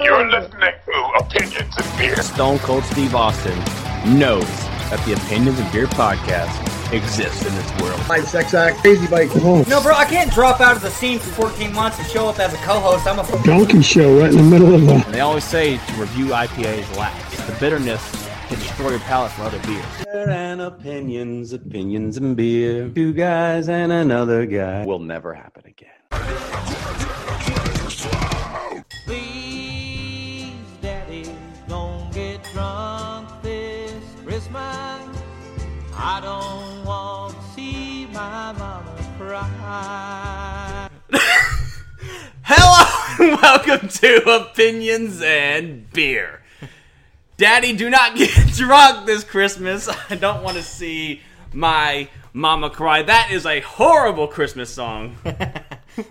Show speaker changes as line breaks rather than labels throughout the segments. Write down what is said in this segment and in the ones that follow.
You're listening to Opinions and Beer.
Stone Cold Steve Austin knows that the Opinions of Beer podcast exists in this world.
My sex act, crazy bike.
No, bro, I can't drop out of the scene for 14 months and show up as a co-host. I'm a f-
donkey show right in the middle of uh, the
And they always say to review IPAs last. The bitterness can destroy your palate for other beers. And opinions, opinions, and beer. Two guys and another guy will never happen again.
Please, Daddy, don't get drunk this Christmas. I don't want to see my mama cry.
Hello and welcome to Opinions and Beer. Daddy, do not get drunk this Christmas. I don't want to see my mama cry. That is a horrible Christmas song.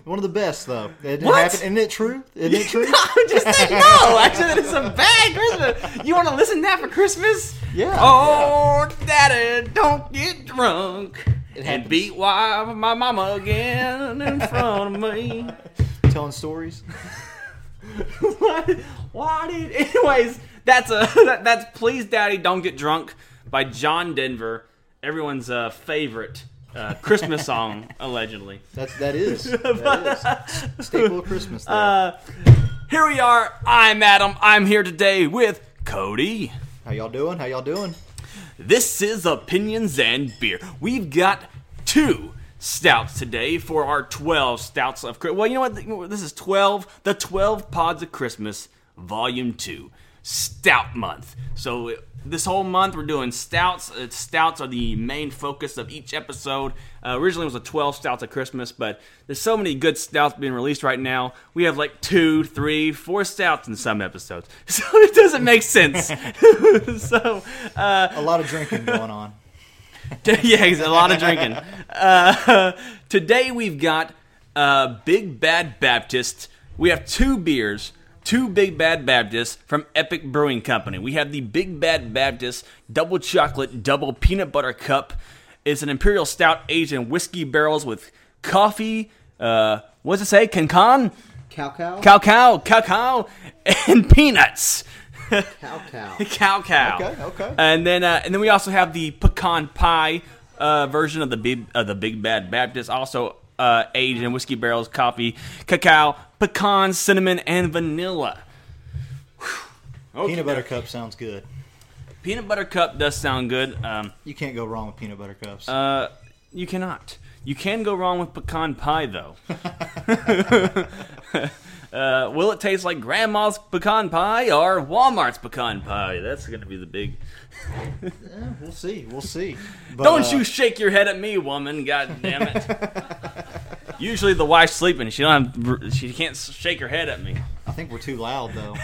One of the best, though. It
What?
happened. Isn't it true? Isn't it true?
I'm just saying, no. Actually, that is a bad Christmas. You want to listen to that for Christmas?
Yeah.
Oh, Daddy, don't get drunk and
happens.
beat why my mama again in front of me.
Telling stories.
Why- Why did? Anyways, that's a that, that's please, Daddy, don't get drunk by John Denver, everyone's uh, favorite uh, Christmas song, allegedly.
That's that is that is staple of Christmas. Though.
Uh, Here we are. I'm Adam. I'm here today with Cody.
How y'all doing? How y'all doing?
This is Opinions and Beer. We've got two stouts today for our 12 stouts of Chri- Well, you know what? This is 12, the 12 Pods of Christmas, Volume 2, Stout Month. So this whole month we're doing stouts. Uh, Stouts are the main focus of each episode. Uh, originally it was a 12 stouts of Christmas, but there's so many good stouts being released right now. We have like two, three, four stouts in some episodes. So it doesn't make sense. so uh,
A lot of drinking going on.
yeah, it's a lot of drinking. Uh, today we've got uh, Big Bad Baptist. We have two beers, two Big Bad Baptists from Epic Brewing Company. We have the Big Bad Baptist Double Chocolate Double Peanut Butter Cup. It's an imperial stout aged in whiskey barrels with coffee. Uh, what's it say? Cancan,
Cow cow.
cow cow, cacao, and peanuts.
Cow cow.
cow cow.
Okay, okay.
And then uh, and then we also have the pecan pie uh, version of the big of the Big Bad Baptist, also uh, aged in whiskey barrels, coffee, cacao, pecan, cinnamon, and vanilla. Whew. Okay.
Peanut butter cup sounds good.
Peanut butter cup does sound good. Um,
You can't go wrong with peanut butter cups.
uh, you cannot. You can go wrong with pecan pie though. Uh, will it taste like grandma's pecan pie or Walmart's pecan pie? That's gonna be the big.
we'll see. We'll see. But,
Don't
uh,
you shake your head at me, woman! God damn it. Usually the wife's sleeping. She don't. Have, she can't shake her head at me.
I think we're too loud, though.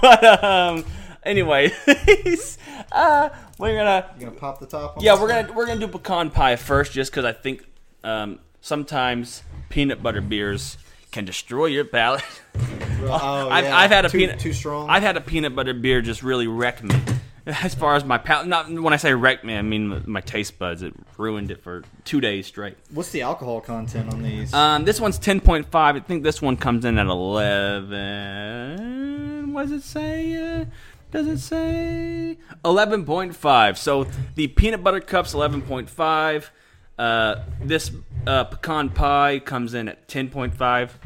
But um, anyway, uh, we're gonna.
You're gonna pop the top. On
Yeah,
this
we're
thing?
gonna we're gonna do pecan pie first, just because I think um, sometimes peanut butter beers can destroy your palate.
Oh,
I've,
yeah.
I've had a
too,
peanut
too strong.
I've had a peanut butter beer just really wreck me. As far as my palate, not when I say wreck me, I mean my taste buds. It ruined it for two days straight.
What's the alcohol content on these?
Um, this one's ten point five. I think this one comes in at eleven. What does it say? Uh, does it say eleven point five? So the peanut butter cups eleven point five. Uh, this uh, pecan pie comes in at ten point five.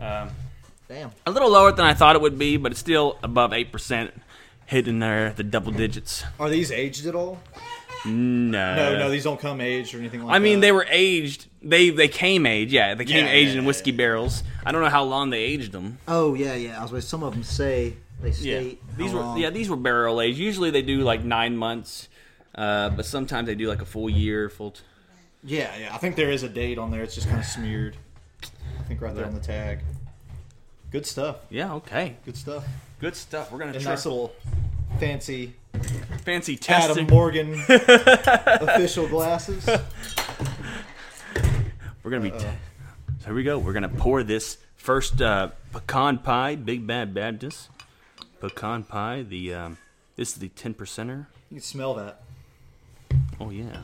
Um,
Damn.
a little lower than I thought it would be, but it's still above eight percent. Hidden there, at the double digits.
Are these aged at all?
No,
No, no, these don't come aged or anything like
Uh, I
that.
mean, they were aged. They they came aged. Yeah, they came
Yeah,
aged
yeah,
in
yeah,
whiskey
yeah.
barrels. I don't know how long they aged them.
Oh yeah, yeah. I was with some of them say they state
these
how
were
long.
yeah these were barrel aged. Usually they do like nine months, uh, but sometimes they do like a full year, full. T-
Yeah, yeah. I think there is a date on there. It's just kind of smeared. I think right there on the tag. Good stuff.
yeah, okay,
Good stuff.
good stuff. We're gonna
A
try
nice little fancy
fancy
Adam
testing.
Morgan official glasses.
We're gonna be.
Uh.
T- so here we go. We're gonna pour this first uh, pecan pie, Big Bad Baptist pecan pie. The um, this is the ten percenter.
You can smell that
Oh yeah.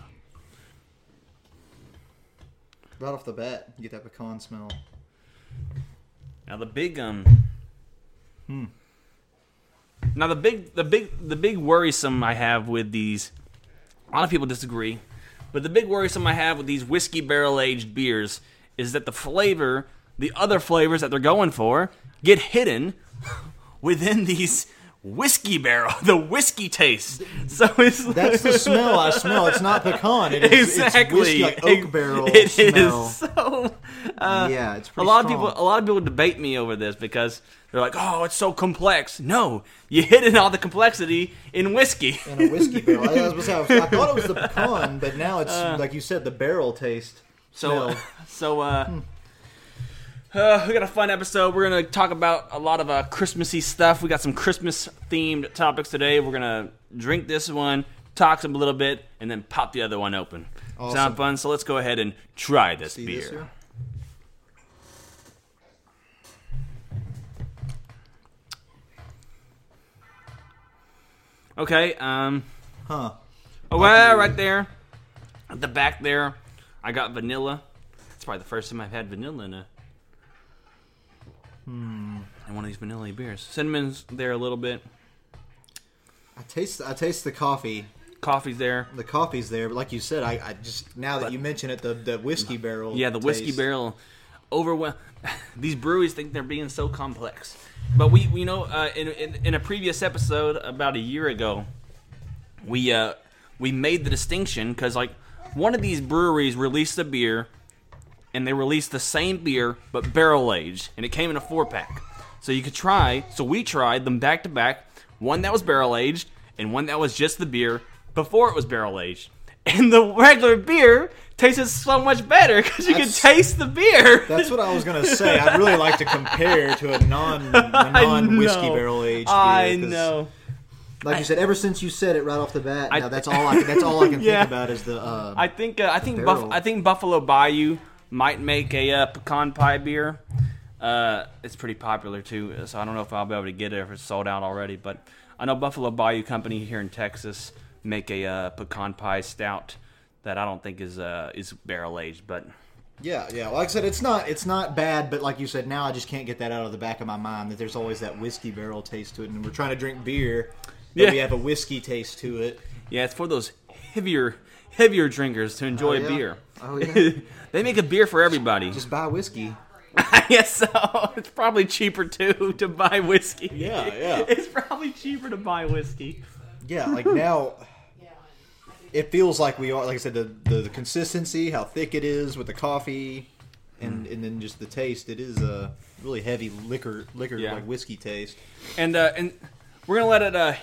right off the bat. You get that pecan smell.
Now the big um.
Hmm.
Now the big the big the big worrisome I have with these, a lot of people disagree, but the big worrisome I have with these whiskey barrel aged beers is that the flavor, the other flavors that they're going for, get hidden within these whiskey barrel, the whiskey taste. So it's
That's the smell I smell. It's not pecan. It is, It's
exactly
whiskey, like oak barrel
It is
smell.
so.
yeah, it's
A
pretty strong.
lot of people, a lot of people debate me over this because they're like, "Oh, it's so complex." No, you hid in all the complexity in whiskey.
in a whiskey barrel. I, was, I, was, I thought it was the pecan, but now it's like you said, the barrel taste.
Uh. So,
smell.
so uh, uh, we got a fun episode. We're gonna talk about a lot of uh, Christmassy stuff. We got some Christmas themed topics today. We're gonna drink this one, talk some a little bit, and then pop the other one open. Sound
Awesome.
fun? So let's go ahead and try this
See
beer.
this here?
Okay. Um.
Huh.
Oh, well, right there, at the back there, I got vanilla. It's probably the first time I've had vanilla in a in one of these vanilla beers. Cinnamon's there a little bit.
I taste. I taste the coffee.
Coffee's there.
The coffee's there, but like you said, I, I just now that you mention it, the, the whiskey barrel.
Yeah, the whiskey
taste.
barrel. Overwhelm. These breweries think they're being so complex, but we, we know, uh, in, in in a previous episode about a year ago, we uh we made the distinction because like one of these breweries released a beer, and they released the same beer but barrel aged, and it came in a four pack, so you could try. So we tried them back to back, one that was barrel aged and one that was just the beer before it was barrel aged. And the regular beer tasted so much better because you could
That's-
taste the beer.
That's what I was gonna say. I'd really like to compare to a non non whiskey
know.
barrel aged.
I know.
Like you said, ever since you said it right off the bat,
I-
now that's all. I, that's all I can
Yeah.
Think about is the uh,
I think uh, I think Buff-
barrel.
I think Buffalo Bayou might make a uh, pecan pie beer. Uh, it's pretty popular too, so I don't know if I'll be able to get it if it's sold out already. But I know Buffalo Bayou Company here in Texas make a uh, pecan pie stout that I don't think is uh, is barrel aged, but
yeah yeah. Well, Like I said, it's not it's not bad, but like you said, now I just can't get that out of the back of my mind that there's always that whiskey barrel taste to it, and we're trying to drink beer, but
Yeah.
we have a whiskey taste to it.
yeah, it's for those heavier heavier drinkers to enjoy
yeah.
beer.
Oh yeah,
They make a beer for everybody.
just buy whiskey.
I guess so. It's probably cheaper too to buy whiskey.
Yeah, yeah.
It's probably cheaper to buy whiskey.
Yeah, like now, it feels like we are. Like I said, the the, the consistency, how thick it is with the coffee, and
Mm.
and then just the taste. It is a really heavy liquor liquor
Yeah.
like whiskey taste.
and uh, and we're gonna let it uh,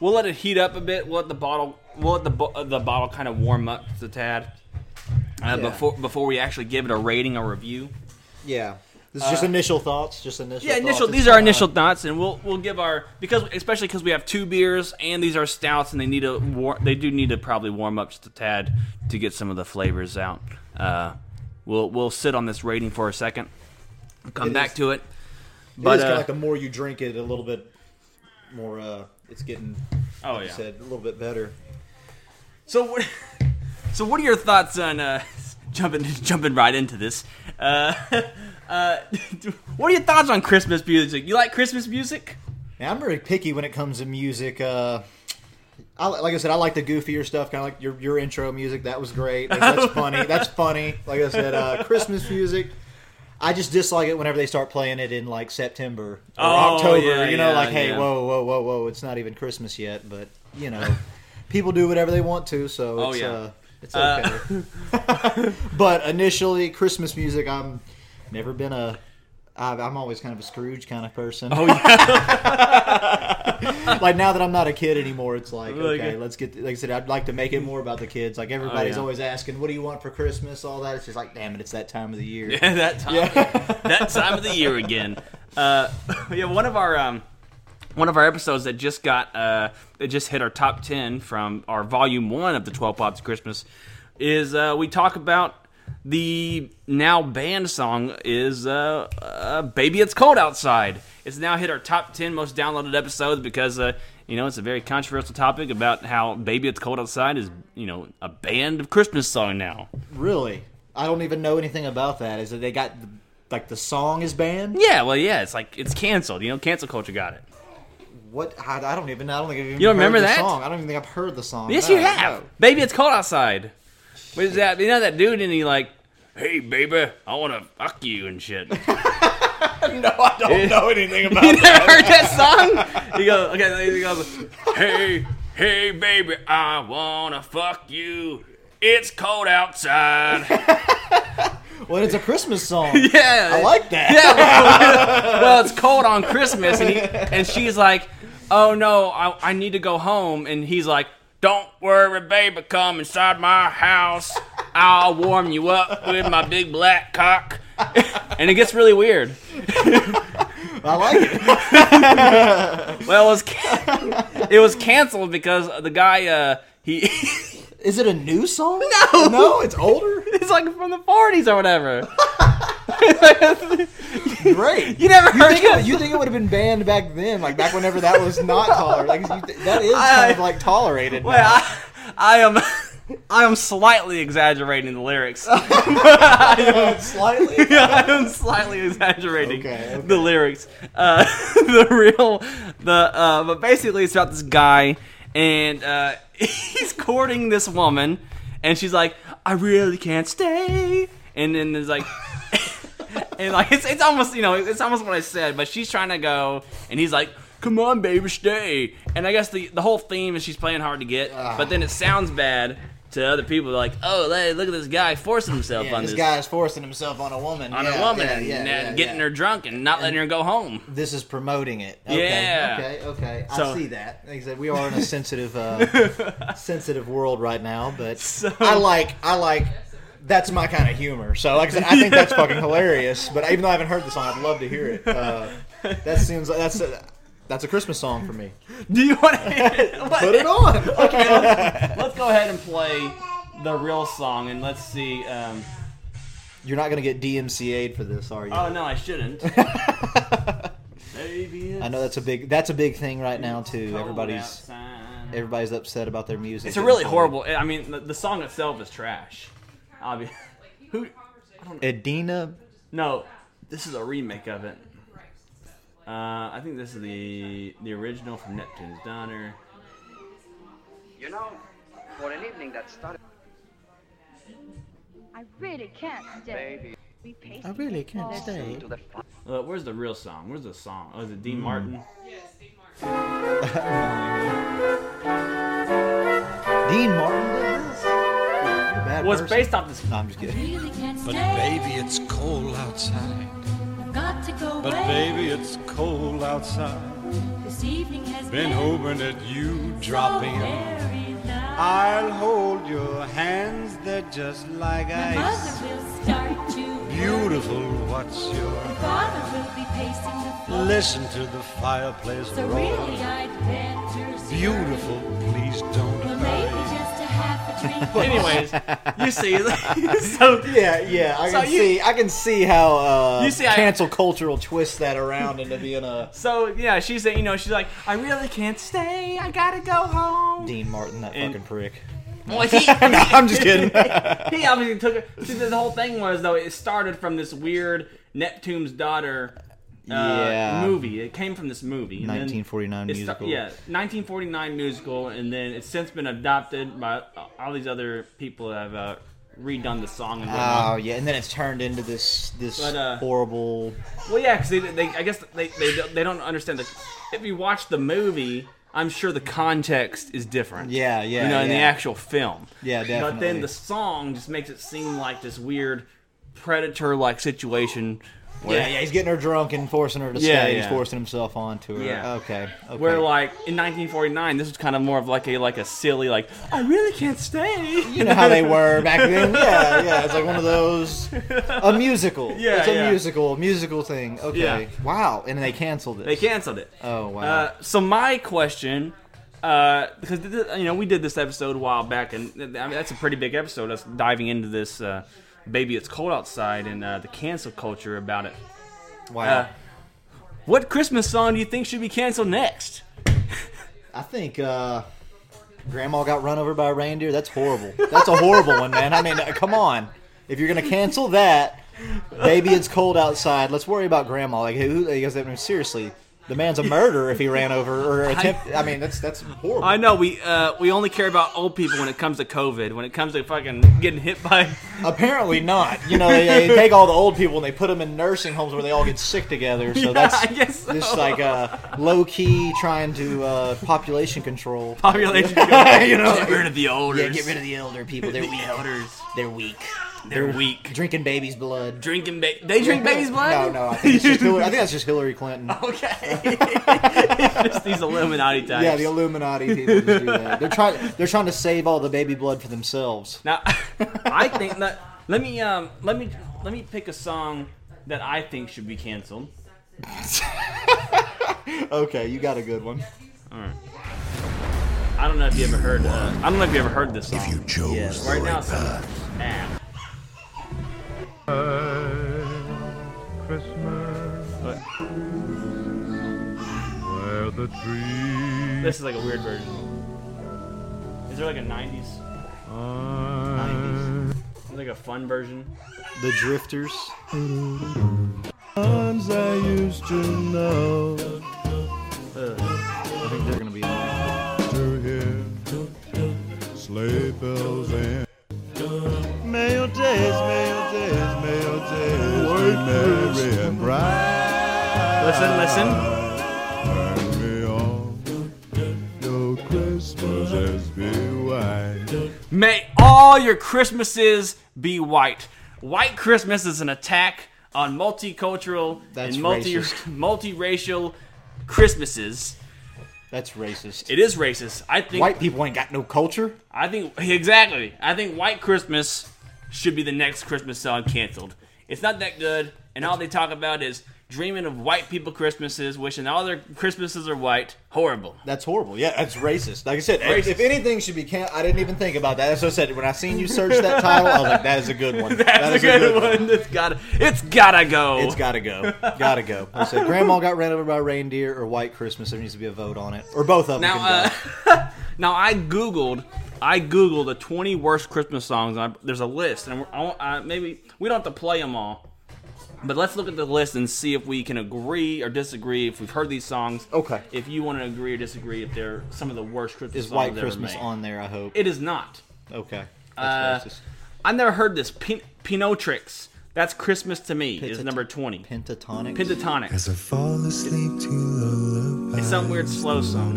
we'll let it heat up a bit. We'll let the bottle we'll let the bo- uh, the bottle kind of warm up just a tad uh, before before we actually give it a rating or review.
Yeah, this is just initial thoughts. Just initial.
Uh, Yeah,
thoughts.
initial.
It's
These are
kinda-
initial thoughts, and we'll we'll give our because especially because we have two beers and these are stouts, and they need a war, they do need to probably warm up just a tad to get some of the flavors out. Uh, we'll we'll sit on this rating for a second, come
It
back
is-
to it.
It
but,
is kinda
uh,
like the more you drink it, a little bit more. uh It's getting.
Oh
like you Said a little bit better.
So what? So what are your thoughts on uh, jumping jumping right into this? Uh, uh, what are your thoughts on Christmas music? You like Christmas music?
Man, I'm very picky when it comes to music. Uh, I, li- like I said, I like the goofier stuff, kind of like your your intro music. That was great. Like, that's funny. That's funny. Like I said, uh, Christmas music. I just dislike it whenever they start playing it in like September or
Oh,
October.
yeah,
you know,
yeah,
like hey,
yeah.
whoa, whoa, whoa, whoa, it's not even Christmas yet. But you know, people do whatever they want to, so
Oh,
it's,
yeah.
uh, it's okay. but initially, Christmas music, I'm never been a. I've- I'm always kind of a Scrooge kind of person. Oh yeah. like now that I'm not a kid anymore, it's like
Really
okay,
good.
let's get. Like I said, I'd like to make it more about the kids. Like everybody's
uh, Oh, yeah.
always asking, "What do you want for Christmas?" All that. It's just like, damn it, it's that time of the year.
that time, that time of the year again. Uh, yeah, one of our um, one of our episodes that just got uh, that just hit our top ten from our volume one of the Twelve Pops of Christmas is uh, we talk about the now banned song is uh, uh, "Baby It's Cold Outside." It's now hit our top ten most downloaded episodes because uh, you know it's a very controversial topic about how "Baby It's Cold Outside" is you know a banned Christmas song now.
Really, I don't even know anything about that. Is that they got the like the song is banned.
Yeah, well, yeah, it's like it's canceled. You know, cancel culture got it.
What? I, I don't even. I don't think I've even
You don't
heard
remember
the
that?
song. I don't even think I've heard the song.
Yes,
No,
you have.
no.
Baby, it's cold outside. What is that? You know that dude, and he like, hey, baby, I want to fuck you and shit. you
No, I don't know anything about
never heard that song? He goes, okay, he goes, hey, hey, baby, I want to fuck you. It's cold outside.
Well, it's a Christmas song.
Yeah.
I like that.
Yeah, well, well, it's cold on Christmas, and, he, and she's like, "Oh no, I, I need to go home," and he's like, "Don't worry, baby, come inside my house. I'll warm you up with my big black cock." and it gets really weird.
I like it.
Well, it was can- it was canceled because the guy uh, he
Is it a new song? No, no, it's older.
he's like from the forties or whatever.
Great.
You never
You
heard
think, it,
it.
you think it would have been banned back then, like back whenever that was not tolerated? Like you th- that is kind of like tolerated.
Wait,
now.
I, I am I am slightly exaggerating the lyrics.
Uh, slightly.
Yeah, I'm slightly exaggerating
Okay, okay.
the lyrics. Uh, the real, the uh, but basically it's about this guy and uh, he's courting this woman, and she's like, "I really can't stay," and then there's like. And like it's, it's almost you know it's almost what I said, but she's trying to go, and he's like, "Come on, baby, stay." And I guess the the whole theme is she's playing hard to get,
Ah.
but then it sounds bad to other people. Like, "Oh, hey, look at this guy forcing himself
Yeah,
on
this,
this
guy is forcing himself on a woman.
on
yeah,
a woman
yeah,
and,
yeah,
and
yeah,
getting
yeah.
her drunk and not letting her go home.
This is promoting it. Okay,
Yeah.
Okay. Okay.
So-
I see that. Like I said, we are in a sensitive, uh, sensitive world right now. But I like. I like. That's my kind of humor. So, like I said, I think that's fucking hilarious. But even though I haven't heard the song, I'd love to hear it. Uh, that seems like that's a, that's a Christmas song for me.
Do you want to
Put it on.
Let's go ahead and play the real song and let's see. Um,
You're not gonna get DMCA'd for this, are you?
oh no, I shouldn't. Baby,
I know that's a big that's a big thing right now too. Everybody's
Everybody's.
everybody's upset about their music.
It's a really horrible. I mean, the, the song itself is trash. I'll be, who?
Edina.
No, this is a remake of it. Uh, I think this is the the original from Neptune's Daughter.
You know, for an evening that started,
I really can't stay.
baby,
We paced
I really can't
all
stay.
into the fun.
Uh, where's the real song? Where's the song? Oh, is it
Hmm.
Dean Martin?
Dean Martin did this. You're a bad
Well, it's
person.
based off this.
No, I'm just kidding.
really can't
But
stay.
baby, it's cold outside.
I've got to go
But
away.
baby, it's cold outside.
This evening has
Been
been
hoping that you
so
drop in.
very nice.
I'll hold your hands, they're just like
My
ice.
mother will start to.
Beautiful, what's
My
your?
father will be pacing the floor.
Listen to the fireplace
So really,
roar.
I'd better. stay.
Beautiful, please don't
Well, maybe
hurry.
just a half a drink.
Anyways, you see, so
Yeah, yeah, I
So
can
you-
see, I can see how uh,
You see, I-
cancel culture will twist that around into being a
so yeah, she's you know she's like, I really can't stay. I gotta go home.
Dean Martin, that
And-
fucking prick.
Well, he,
no, I'm just kidding.
he obviously took it. See, the whole thing was though it started from this weird Neptune's daughter. Uh,
Yeah.
movie. It came from this movie. and then
1949
it sta-
musical.
yeah, 1949 musical, and then it's since been adopted by uh, all these other people that have uh, redone the song. And whatnot.
Oh yeah, and then it's turned into this this
But, uh,
horrible.
Well, yeah, because they, they, I guess they, they, don't- they don't understand the. If you watch the movie, I'm sure the context is different.
Yeah, yeah,
You know, in the
yeah.
actual film.
Yeah,
But then
definitely.
the song just makes it seem like this weird predator-like situation. Where,
Yeah, yeah, he's getting her drunk and forcing her to
Yeah,
stay.
yeah.
He's forcing himself onto her.
Yeah.
Okay. okay.
Where like in 1949, this was kind of more of like a like a silly like I really can't stay.
you know how they were back then. Yeah, yeah. It's like one of those a musical.
Yeah,
it's a
yeah.
musical, musical thing. Okay,
Yeah.
wow. And they canceled it.
They canceled it.
Oh wow.
Uh, so my question, uh, because th- th- you know we did this episode a while back, and th- I mean, that's a pretty big episode. Us diving into this, uh, baby, it's cold outside, and uh, the cancel culture about it.
wow.
Uh, what Christmas song do you think should be canceled next?
I think uh, Grandma got run over by a reindeer. That's horrible. That's a horrible one, man. I mean, uh, come on. If you're gonna cancel that, Baby, it's cold outside. Let's worry about grandma. Like, who? You guys, I mean, seriously, the man's a murderer if he ran over or attempt. I mean, that's that's horrible.
I know we uh, we only care about old people when it comes to COVID. When it comes to fucking getting hit by,
apparently not. You know, they, they take all the old people and they put them in nursing homes where they all get sick together. So
Yeah,
that's
I guess so.
just like uh, low key trying to uh, population control.
Population control.
you know,
Get rid of the
Yeah,
elders.
get rid of the elder people. They're
The
weak.
elders.
They're weak.
They're weak.
Drinking baby's blood.
Drinking ba- they drink baby's blood.
No, no. I think, it's just Hillary, I think that's just Hillary Clinton.
Okay. Just these Illuminati types.
Yeah, the Illuminati people just do that. They're trying. They're trying to save all the baby blood for themselves.
Now, I think that let me um let me let me pick a song that I think should be canceled.
Okay, you got a good one.
I don't know if you ever heard. Uh, I don't know if you ever heard this song. If you chose
Yes.
right now, it's on- ah. This is like a weird version. Is there like a '90s?
Nineties.
Like a fun version?
The Drifters. I think they're gonna be.
Listen, listen. May all your Christmases be white. White Christmas is an attack on multicultural
That's
and multi
racist.
multiracial Christmases.
That's racist.
It is racist. I think
White people ain't got no culture.
I think exactly. I think White Christmas should be the next Christmas song canceled. It's not that good, and all they talk about is dreaming of white people Christmases, wishing all their Christmases are white. Horrible.
That's horrible. Yeah, that's racist. Like I said, if- if anything should be can I didn't even think about that. That's what I said. When I seen you search that title, I was like, that is a good one.
That's
That
a
is
good, one. It's gotta. It's gotta go.
It's gotta go. Gotta go. I said, Grandma got ran over by a reindeer or White Christmas. There needs to be a vote on it. Or both of them.
Now,
can go.
uh, now I googled, I googled the 20 worst Christmas songs. And I, there's a list, and we're, I, want- I, maybe we don't have to play them all, but let's look at the list and see if we can agree or disagree. If we've heard these songs,
Okay.
If you want to agree or disagree, if they're some of the worst Christmas
is
songs
White
ever
Christmas
made.
on there, I hope.
It is not.
okay.
Uh,
That's racist.
I never heard this. Pin, Pinotrix. That's Christmas to me. is number 20.
Pentatonic.
Pentatonic. As I fall asleep to It's some weird slow song.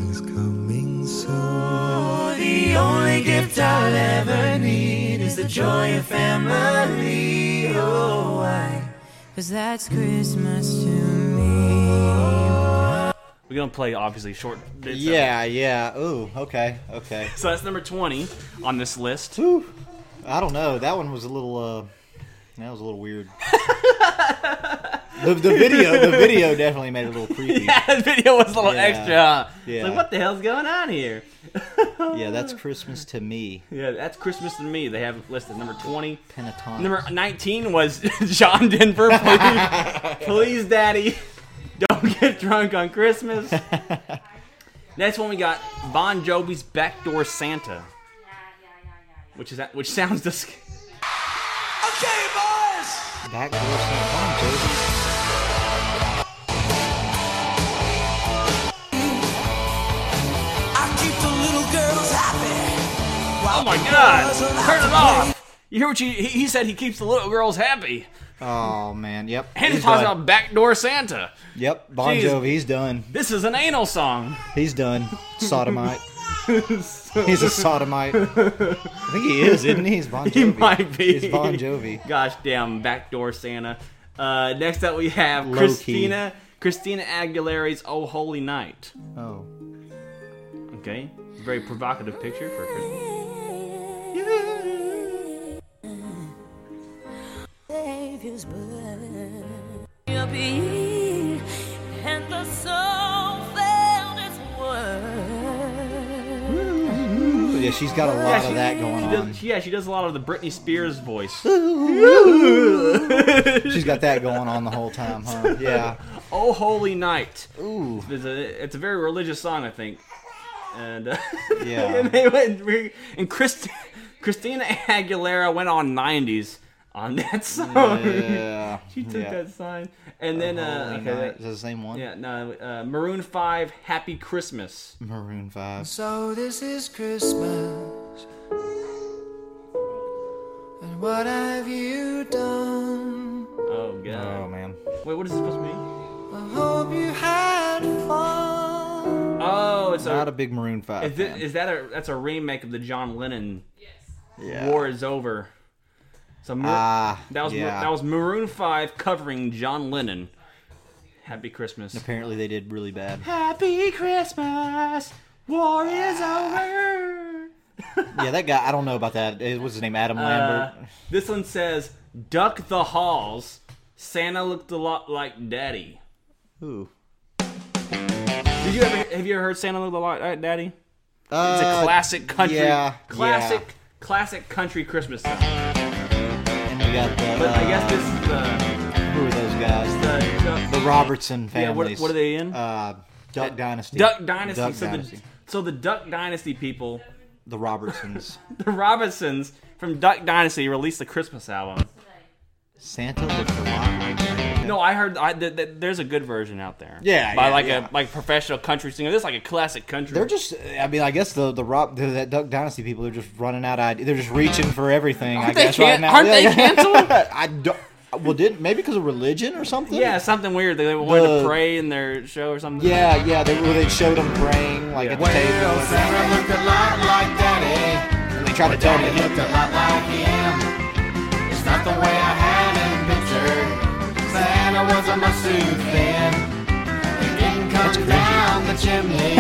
Oh, Cause that's Christmas to me.
We're gonna play obviously short. bits of it.
yeah, yeah. Ooh, okay, okay.
So that's number 20 on this list.
Whew. I don't know. That one was a little. uh That was a little weird. the, the video, the video definitely made it a little creepy. Yeah,
that video was a little
Yeah.
extra.
Yeah.
It's like, what the hell's going on here?
that's Christmas to me.
Yeah, that's Christmas to me. They have it listed number 20.
Pentatonic.
Number 19 was John Denver. Please, please, Daddy, don't get drunk on Christmas. Next one we got Bon Jovi's Backdoor Santa, which is that, which sounds disgusting.
Backdoor Santa Bon Jovi.
Oh my God! Turn it off. You hear what you, he, he said? He keeps the little girls happy,
Oh man, yep.
and he
he's
talks
done.
about Backdoor Santa.
Yep, Bon
Jeez.
Jovi. He's done.
This is an anal song.
He's done. Sodomite. He's a sodomite. I think he is, isn't he? He's Bon Jovi.
He might be.
He's Bon Jovi.
Gosh damn, backdoor Santa. Uh, next up we have
Low-key.
Christina Christina Aguilera's "Oh Holy Night."
Oh.
Okay, very provocative picture for Christmas.
Savior's blood.
You'll be, and the soul found its word.
Yeah, she's got a lot
she-
of that going
She
on.
does, yeah, she does a lot of the Britney Spears voice.
She's got that going on the whole time, huh? Yeah.
"Oh Holy Night."
Ooh.
It's a, it's a very religious song, I think. And uh,
Yeah.
and, they went, and Christ, Christina Aguilera went on '90s. on that song.
Yeah.
she took
Yeah.
that sign. And then, uh,
Holy
okay,
night.
wait.
Is that the same one?
Yeah, no, uh, Maroon 5, Happy Christmas.
Maroon 5.
So this is Christmas. And what have you done?
Oh, God.
Oh, man.
Wait, what is it supposed to mean?
I hope you had fun.
Oh, it's
Not
a,
a big Maroon 5.
Is, thi-
fan.
is that a that's a remake of the John Lennon? War is over. So Mar-
Ah,
that was Mar-
yeah.
that was Maroon Five covering John Lennon. Happy Christmas.
Apparently they did really bad.
Happy Christmas. War is over.
yeah, that guy. I don't know about that. Eh, What's his name? Adam Lambert.
Uh, this one says, "Duck the halls." Santa looked a lot like Daddy.
Ooh.
Did you ever have you ever heard Santa looked a lot like Daddy? it's
Uh,
a classic country.
yeah,
Classic. Classic country Christmas song.
And we got the.
But I
uh,
guess this is the
Who are those guys?
the,
The Robertson
Yeah, what-
families.
what are they in?
Uh, Duck Dynasty.
Duck Dynasty.
Duck
so,
Dynasty.
The, so the Duck Dynasty people,
The Robertsons.
the Robinsons from Duck Dynasty, released the Christmas album.
Santa looked a lot.
No, I heard I, th- th- there's a good version out there.
Yeah,
by
yeah,
like
yeah.
a like professional country singer. This is like a classic country.
They're just. I mean, I guess the the Rob the, that Duck Dynasty people are just running out. Of, they're just reaching for everything. I
Aren't they
guess
can-
right now.
aren't they
canceled? I don't. Well, did maybe because of religion or something?
yeah, something weird. They wanted
The-
to pray in their show or something.
Yeah, yeah. They well, they showed them praying like at the table. and-
Santa looked a lot like Daddy.
They tried to tell me.
Daddy looked a lot like him. It's not the way I had him pictured. Santa was a much too thin. He didn't come down the chimney.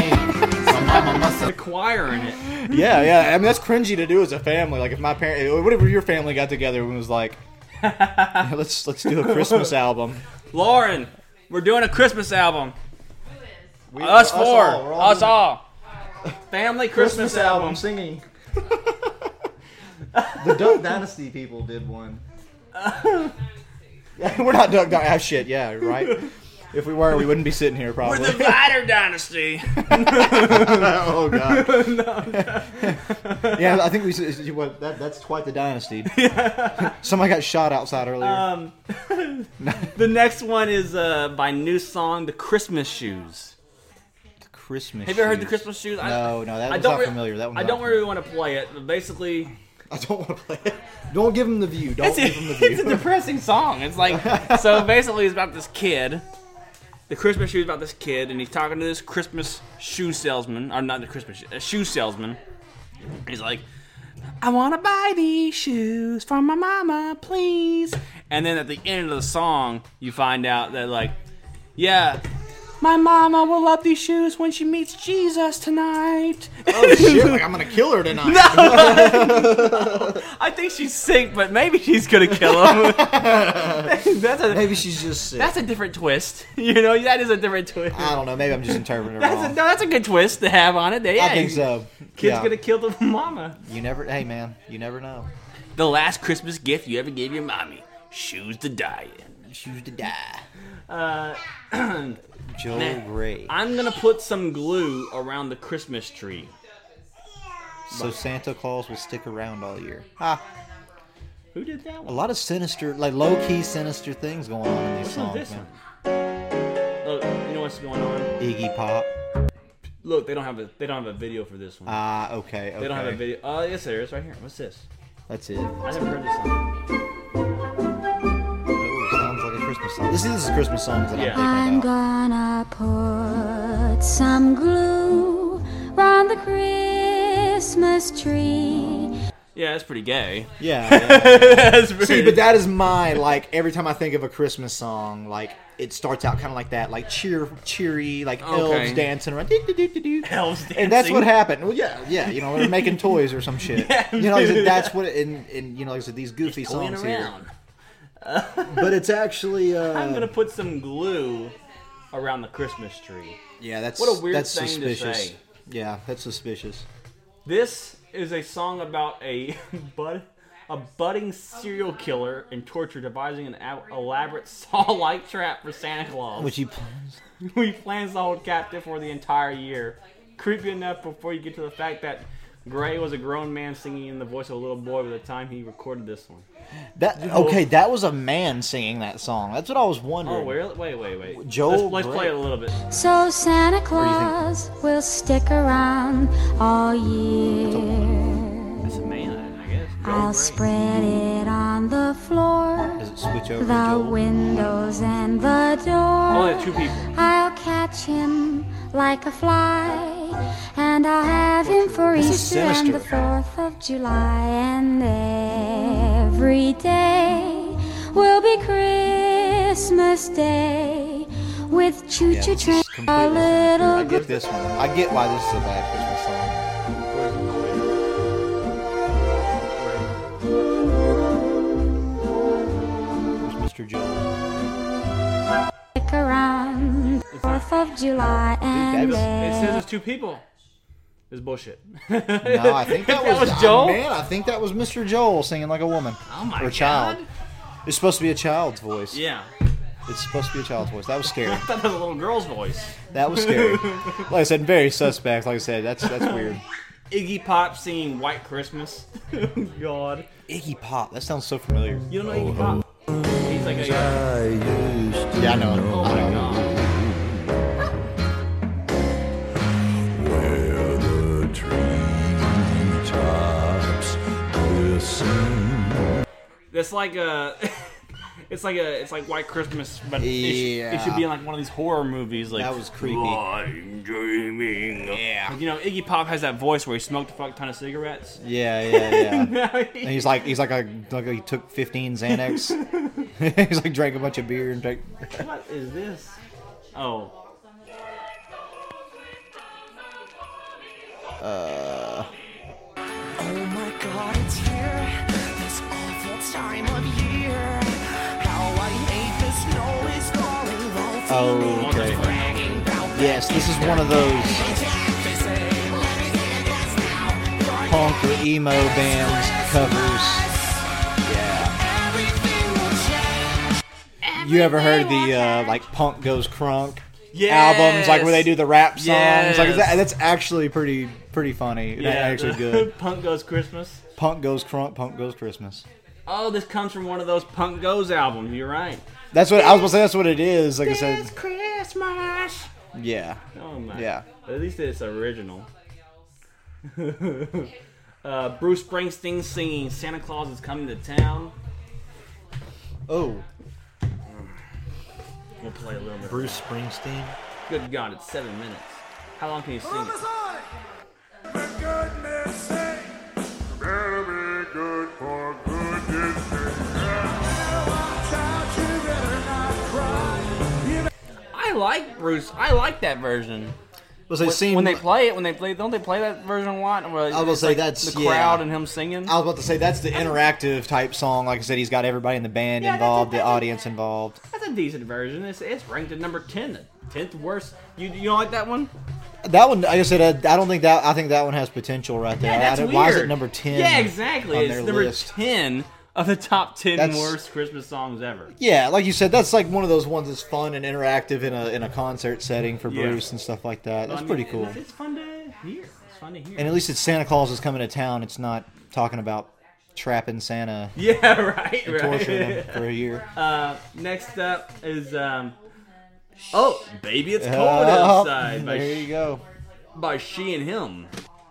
so Mama must
The choir in it.
Yeah, yeah. I mean, that's cringy to do as a family. Like, if my parent, eh, whatever your family got together and was like, "Yeah, let's let's do a Christmas album.
Lauren, we're doing a Christmas album. us four,
all, we're all
us
doing it.
all. Family Christmas, album.
singing. the Duck Dynasty people did one. We're not Duck Dynasty. Ah, shit. Yeah, right. If we were, we wouldn't be sitting here
We're
probably.
the Rider Dynasty.
oh god.
No.
Yeah, I think we. s- What, that, that's quite the dynasty. Somebody got shot outside earlier.
Um, the next one is uh, by new song, The Christmas Shoes.
Christmas.
Have you ever heard The
shoes.
Christmas Shoes?
No, no, that
I
was
don't
not
re-
familiar. That one's
I
not
don't really want to play it, but basically,
I don't want to play it. Don't give him the view. Don't
it's,
give him the view.
a, it's a depressing song. It's like, so basically, it's about this kid. The Christmas Shoes about this kid, and he's talking to this Christmas shoe salesman, or not the Christmas shoe, a shoe salesman. He's like, I want to buy these shoes for my mama, please. And then at the end of the song, you find out that, like, yeah, my mama will love these shoes when she meets Jesus tonight.
oh shit! Like I'm gonna kill her tonight.
I think she's sick, but maybe she's gonna kill him. that's a
Maybe she's just sick.
that's a different twist. You know, that is a different twist.
I don't know. Maybe I'm just interpreting it
That's a,
wrong.
no, that's a good twist to have on it. Yeah,
I think so.
Kid's
yeah.
gonna kill the mama.
You never. Hey man, you never know.
The last Christmas gift you ever gave your mommy: shoes to die in.
Choose to die.
Uh,
Joel
Man.
Gray.
I'm gonna put some glue around the Christmas tree.
So Santa Claus will stick around all year. Ah,
Who did that
a
one?
lot of sinister, like low key sinister things going on in these
What's
songs.
this
man.
Look, you know what's going on?
Iggy Pop.
Look, they don't have a they don't have a video for this one.
Ah, okay, okay.
They don't have a video. Oh, yes, there is right here. What's this?
That's it.
I never heard this song.
Oh, sounds like a Christmas song. This is, this is Christmas songs that
Yeah.
I'm
I'm
thinking about.
gonna put some glue round the Christmas tree.
Yeah, that's pretty gay.
Yeah, yeah.
that's pretty.
See, but that is my like every time I think of a Christmas song, like it starts out kind of like that, like cheer, cheery, like
Okay.
elves dancing around. doo, doo, doo, doo, doo.
Elves dancing.
And that's what happened. Well, yeah, yeah, you know, they're making toys or some shit. you know, like I said, that's what. And, and you know, like I said, these goofy
Going
songs here.
around.
But it's actually, uh,
I'm gonna put some glue around the Christmas tree.
yeah, that's
What a weird
that's
thing to
suspicious.
say.
Yeah, that's suspicious.
This is a song about a bud, a budding serial killer and torture devising an ab- elaborate saw-like trap for Santa Claus.
Which he,
who he plans to hold captive for the entire year. Creepy enough before you get to the fact that Gray was a grown man singing in the voice of a little boy by the time he recorded this one.
That okay? That was a man singing that song. That's what I was wondering.
Oh, wait, wait, wait, wait.
Joel
let's, let's
Gray.
play it a little bit.
So Santa Claus will stick around all year.
That's a man, I guess.
I'll spread it on the floor,
Does it switch over? to
the
Joel?
windows and the
Only
door.
two people.
I'll catch him like a fly, and I'll have him for
This is
Easter and the
sinister.
4th of July, and every day will be Christmas Day with choo choo train. A
I
little
get this one. I get why this is a bad Christmas song. Where's Mr. Joel?
Stick around, 4th of July, and
It says it's two people. It's bullshit. no,
No, I think that was,
Joel.
man, I think that was Mr. Joel singing like a woman
Oh my
or a child. It's supposed to be a child's voice.
Yeah.
It's supposed to be a child's voice. That was scary.
I thought that was a little girl's voice.
That was scary. like I said, very suspect. Like I said, that's that's weird.
Iggy Pop singing White Christmas. God.
Iggy Pop. That sounds so familiar.
You don't know Iggy Pop? He's like a.
Yeah, I know. him.
Oh my god.
Where the tree tops glisten.
It's like a. It's like a, it's like White Christmas, but it, sh- it should be in like one of these horror movies. Like
That was creepy.
I'm dreaming. Yeah, you know Iggy Pop has that voice where he smoked a fuck ton of cigarettes.
Yeah, yeah, yeah. and he's like, he's like a like he took 15 Xanax. he's like drank a bunch of beer and drank.
What is this? Oh,
Uh,
Oh my god, it's here. This awful time of year. How I hate the snow is falling all
oh, okay. Yes, this is one of those punk or emo bands covers. You ever heard the uh, like punk goes crunk? albums like where they
Yes.
do the rap songs like
Yes.
is that, that's actually pretty pretty funny yeah, actually good
Punk Goes Christmas.
punk goes crunk punk goes christmas
Oh, this comes from one of those Punk Goes albums. You're right.
That's what I was gonna say. That's what it is. Like I said,
Christmas.
yeah,
Oh my.
yeah.
At least it's original. uh, Bruce Springsteen singing "Santa Claus is Coming to Town."
Oh,
We'll play a little bit.
Bruce Springsteen.
Good God, it's seven minutes. How long can you sing? it? I like Bruce. I like that version.
Was they
when,
seen-
when they play it? When they play, don't they play that version a lot? Where
I will
it's
say
like
that's
the
yeah.
crowd and him singing.
I was about to say that's the interactive type song. Like I said, he's got everybody in the band
Yeah, that's
involved,
it,
the
that's it.
audience involved.
That's a decent version. It's, it's ranked at number ten, the tenth worst. You you don't like that one?
That one, like I said, I, I don't think that. I think that one has potential right there.
Yeah, that's
I don't-
weird.
Why is it number ten?
Yeah, exactly.
on
It's
their
number
list?
ten of the top ten
That's-
worst Christmas songs ever.
Yeah, like you said, that's like one of those ones that's fun and interactive in a in a concert setting for
Yeah.
Bruce and stuff like that. That's
I mean,
pretty
it-
cool.
It's fun to hear. It's fun to hear.
And at least it's Santa Claus is coming to town. It's not talking about trapping Santa.
yeah, right,
and
right.
torturing him for a year.
Uh, next up is um, oh, baby, it's cold
Oh,
outside. By,
there you go.
by she and him.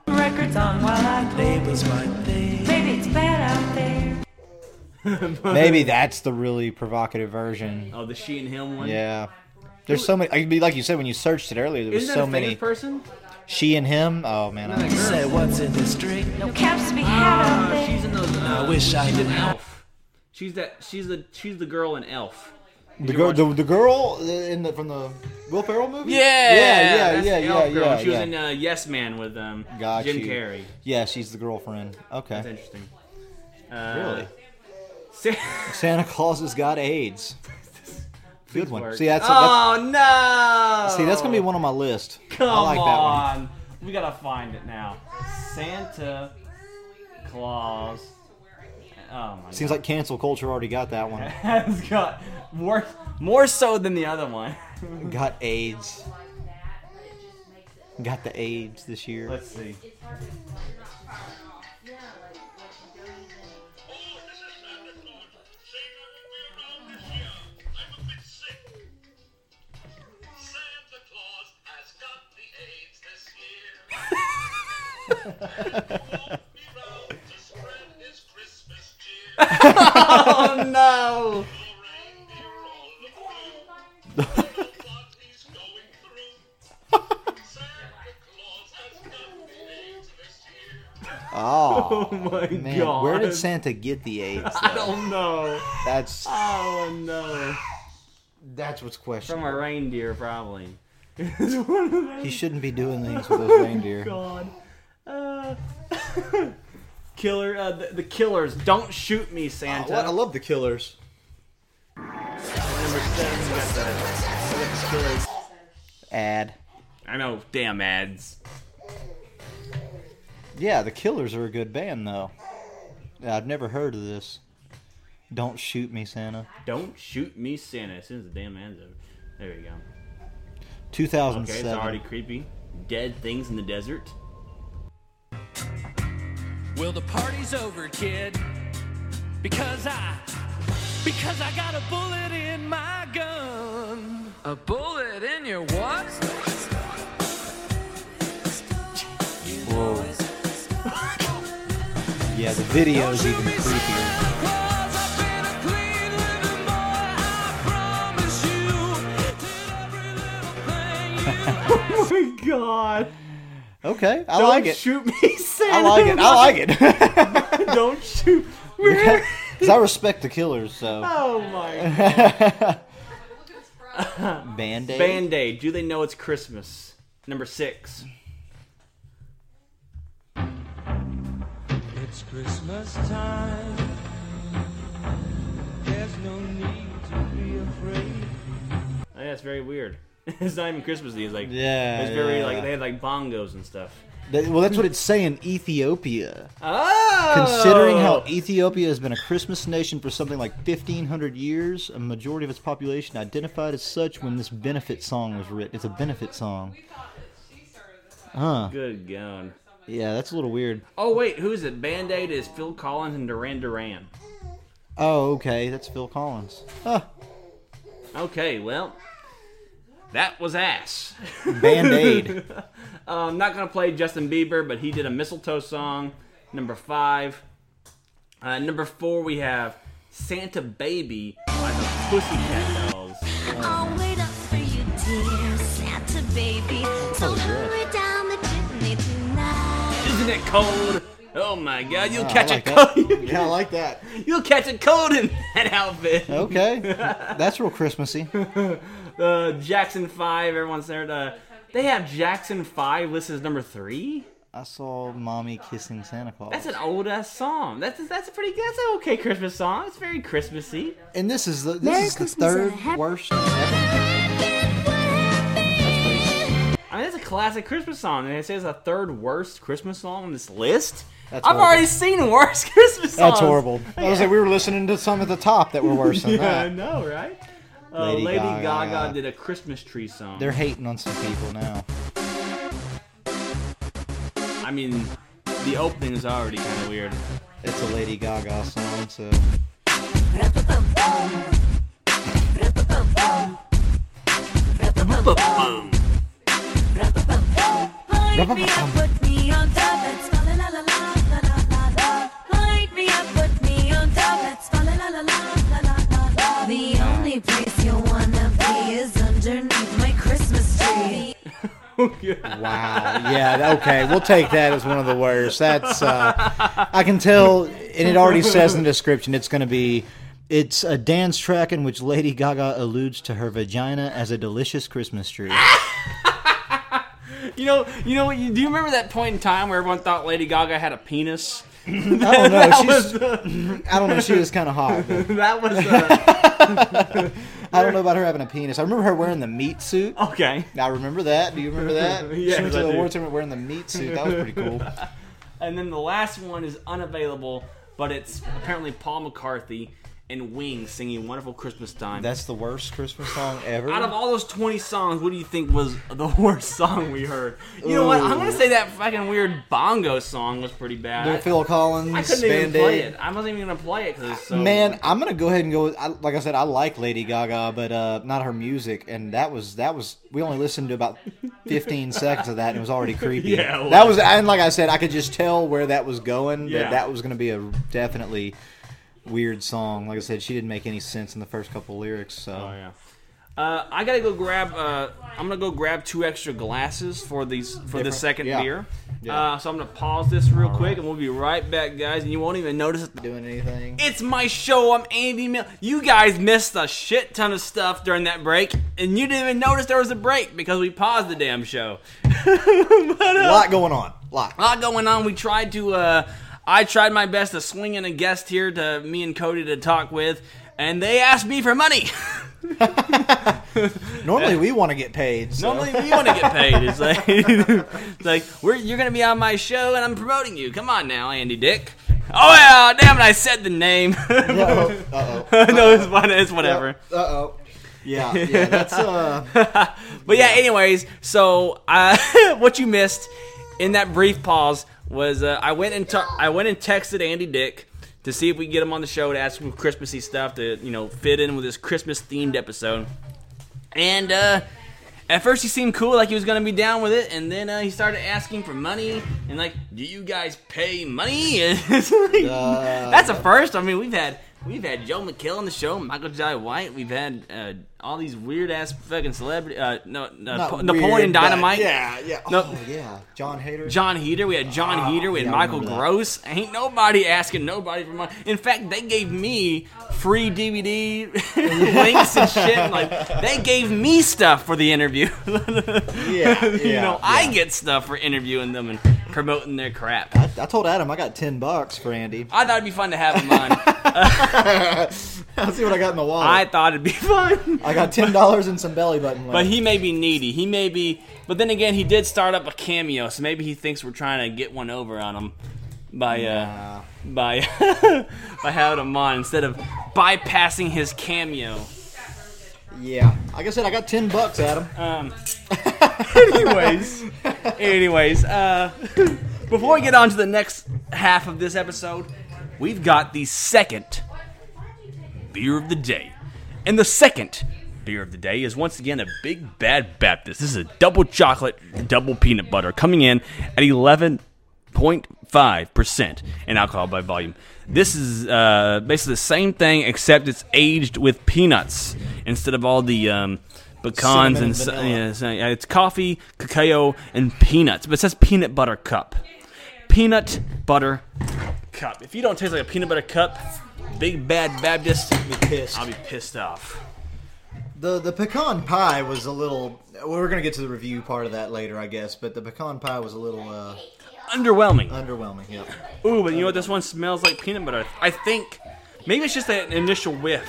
Records on while I play was my thing. Baby, it's bad out there.
Maybe that's the really provocative version.
Oh, the she and him one.
Yeah. There's so many. I mean, like you said when you searched it earlier, there was
Isn't that
so
a famous
many.
person?
She and him. Oh man, I
You say what's in the street?
No caps to be
Uh, she's in those.
I wish I
she's
didn't
an
have-
Elf. She's that. She's the. She's the girl in Elf.
the girl, the, the girl in the from the Will Ferrell movie.
Yeah,
yeah, yeah,
that's
yeah,
the
yeah,
elf girl.
yeah.
She was in uh, Yes Man with um,
Got
Jim
you.
Carrey.
Yeah, she's the girlfriend.
That's
Okay.
interesting. Uh,
Really?
Sa-
Santa Claus has got AIDS. Good one.
work.
See, that's,
oh no!
that's see, that's gonna be one on my list.
Come
I like that
on,
one.
we gotta find it now. Santa Claus. Oh my
Seems
god!
like cancel culture already got that one.
has got more more so than the other one.
Got AIDS. Got the AIDS this year.
Let's see.
oh no!
Oh,
Oh my
man.
God.
Where did Santa get the AIDS?
I don't know.
That's
Oh no.
that's what's questionable.
From a reindeer, probably.
He shouldn't be doing things with those reindeer.
God. Uh, killer. Uh, the, the Killers. Don't shoot me, Santa.
Oh, what? I love the Killers.
Number seven, we got the- we got the Killers.
Ad.
I know. Damn ads.
Yeah, the Killers are a good band though. Yeah, I've never heard of this. Don't shoot me, Santa.
Don't shoot me, Santa. As soon as the damn ads over. There you go. Okay,
2007.
it's already creepy. Dead things in the desert.
Well, the party's over, kid. Because I. Because I got a bullet in my gun. A bullet in your what?
Whoa. yeah, the video's even creepier.
oh my god.
Okay, I
Don't
like it.
shoot me, Santa.
I like it. I like it.
Don't shoot.
Because I respect the Killers, so.
Oh my god.
Band Aid.
Band Aid. Do they know it's Christmas? Number six.
It's Christmas time. There's no need to be afraid.
Oh, Yeah, it's very weird. it's not even Christmassy. It's like
Yeah,
It's very
yeah.
like they had like bongos and stuff.
That- well, that's what it's saying. Ethiopia.
Oh.
Considering how Ethiopia has been a Christmas nation for something like 1,500 years, a majority of its population identified as such when this benefit song was written. It's a benefit song. Huh.
Good god.
Yeah, that's a little weird.
Oh wait, who is it? Band Aid is Phil Collins and Duran Duran.
Oh, okay. That's Phil Collins.
Okay, well, that was ass.
Band Aid.
uh, I'm not gonna play Justin Bieber, but he did a mistletoe song. Number five. Uh, number four, we have Santa Baby by the Pussycat Dolls.
I'll wait up for you, dear Santa baby. So
Oh, yeah.
hurry down the chimney tonight.
Isn't it cold? Oh my God! You'll
Oh, I
catch
like
a
that.
cold.
Yeah, I like that.
You'll catch a cold in that outfit.
Okay. that's real Christmassy.
uh, Jackson Five. Everyone's there. To, they have Jackson Five listed as number three.
I saw Mommy Kissing Santa Claus.
That's an old ass song. That's that's a pretty good. That's an okay Christmas song. It's very Christmassy.
And this is the this
Merry
is the
Christmas and a
third worst
I mean, that's a classic Christmas song, and it says the third worst Christmas song on this list.
That's
I've
horrible.
already seen worse Christmas songs.
That's horrible. I was
Yeah.
like, we were listening to some at the top that were worse than
yeah, I
that.
know, right? Uh, Lady,
Lady
Gaga.
Gaga.
did a Christmas tree song.
They're hating on some people now.
I mean, the opening is already kind of weird.
It's a Lady Gaga song, so.
Light me up, put me on top. Let's fall in la la la la la la la. Light me up, put me on top. Let's fall in la la la la la la la. The only place you wanna be is underneath my Christmas tree.
Wow. Yeah. Okay. We'll take that as one of the worst. That's. Uh, I can tell, and it already says in the description it's going to be. It's a dance track in which Lady Gaga alludes to her vagina as a delicious Christmas tree.
You know, you know what? You, do you remember that point in time where everyone thought Lady Gaga had a penis? I don't
know, she's- I don't know. She was kind of hot. but-
that was. Uh,
I don't know about her having a penis. I remember her wearing the meat suit.
Okay.
I remember that. Do you remember that?
Yes,
she went
I
to the
do.
war tournament wearing the meat suit. That was pretty cool.
and then the last one is unavailable, but it's apparently Paul McCarthy, and Wings singing "Wonderful Christmas Time."
That's the worst Christmas song ever.
Out of all those 20 songs, what do you think was the worst song we heard? You know what? I'm
Ooh.
gonna say that fucking weird bongo song was pretty bad.
Little Phil Collins,
I couldn't even
Band
play
Aid.
it. I wasn't even gonna play it because it's so.
Man, I'm gonna go ahead and go. With, I, like I said, I like Lady Gaga, but uh, not her music. And that was that was. We only listened to about 15 seconds of that, and it was already creepy.
Yeah, it was.
that was. And like I said, I could just tell where that was going.
Yeah.
That that was gonna be a definitely weird song. Like I said, she didn't make any sense in the first couple lyrics. So
Uh, I gotta go grab. Uh, I'm gonna go grab two extra glasses for these for the
Different-
second
yeah.
beer.
Yeah.
Uh, so I'm gonna pause this real
All
quick,
right.
and we'll be right back, guys. And you won't even notice
doing anything.
It's my show. I'm Andy Mill. You guys missed a shit ton of stuff during that break, and you didn't even notice there was a break because we paused the damn show.
a lot going on. Lot.
lot going on. We tried to. Uh, I tried my best to swing in a guest here to me and Cody to talk with, and they asked me for money.
Normally we want to get paid. So.
Normally, we want to get paid. It's like, it's like we're, you're going to be on my show, and I'm promoting you. Come on now, Andy Dick. Oh yeah, damn it! I said the name.
Uh-oh, uh-oh.
no, it's, fine, it's whatever.
Uh oh. Yeah, yeah, that's uh.
but yeah, anyways, so uh, what you missed in that brief pause was uh, I went and ta- I went and texted Andy Dick to see if we could get him on the show to ask him Christmassy stuff to you know fit in with this Christmas themed episode. And uh, at first he seemed cool, like he was gonna be down with it, and then uh, he started asking for money and like, "Do you guys pay money?" And it's like-
Uh,
that's a first. I mean, we've had we've had Joe McHale on the show, Michael Jai White. We've had uh, all these weird ass fucking celebrity. Uh, no, no
Not
Po-
weird,
Napoleon
but-
Dynamite.
Yeah, yeah.
No.
Oh, yeah. John Hader.
John Heater, we had John Heater, we had
yeah, I
Michael
remember that.
Gross. Ain't nobody asking nobody for money. In fact, they gave me free DVD links and shit. Like they gave me stuff for the interview.
yeah,
you know,
yeah.
I get stuff for interviewing them and promoting their crap.
I, I told Adam I got ten bucks for Andy.
I thought it'd be fun to have him on.
I'll see what I got in the wallet.
I thought it'd be fun.
I got ten dollars and some belly button.
But
left.
he may be needy. He may be. But then again, he did start up a cameo, so maybe he thinks we're trying to get one over on him by uh, by by having him on instead of bypassing his cameo.
yeah, like I said, I got ten bucks, Adam.
Um. Anyways, anyways, uh, before we get on to the next half of this episode, we've got the second beer of the day, and the second beer of the day is once again a Big Bad Baptist. This is a double chocolate, double peanut butter coming in at eleven point five percent in alcohol by volume. This is uh, basically the same thing except it's aged with peanuts instead of all the um, pecans
Cinnamon
and so-
vanilla.
yeah, so- yeah, it's coffee, cacao, and peanuts. But it says peanut butter cup. Peanut butter cup. If you don't taste like a peanut butter cup, big bad Baptist, I'll be pissed off.
The the pecan pie was a little. Well, we're gonna get to the review part of that later, I guess. But the pecan pie was a little uh,
Underwhelming.
underwhelming. Yeah.
Ooh, but you know what? This one smells like peanut butter. I think maybe it's just that initial whiff.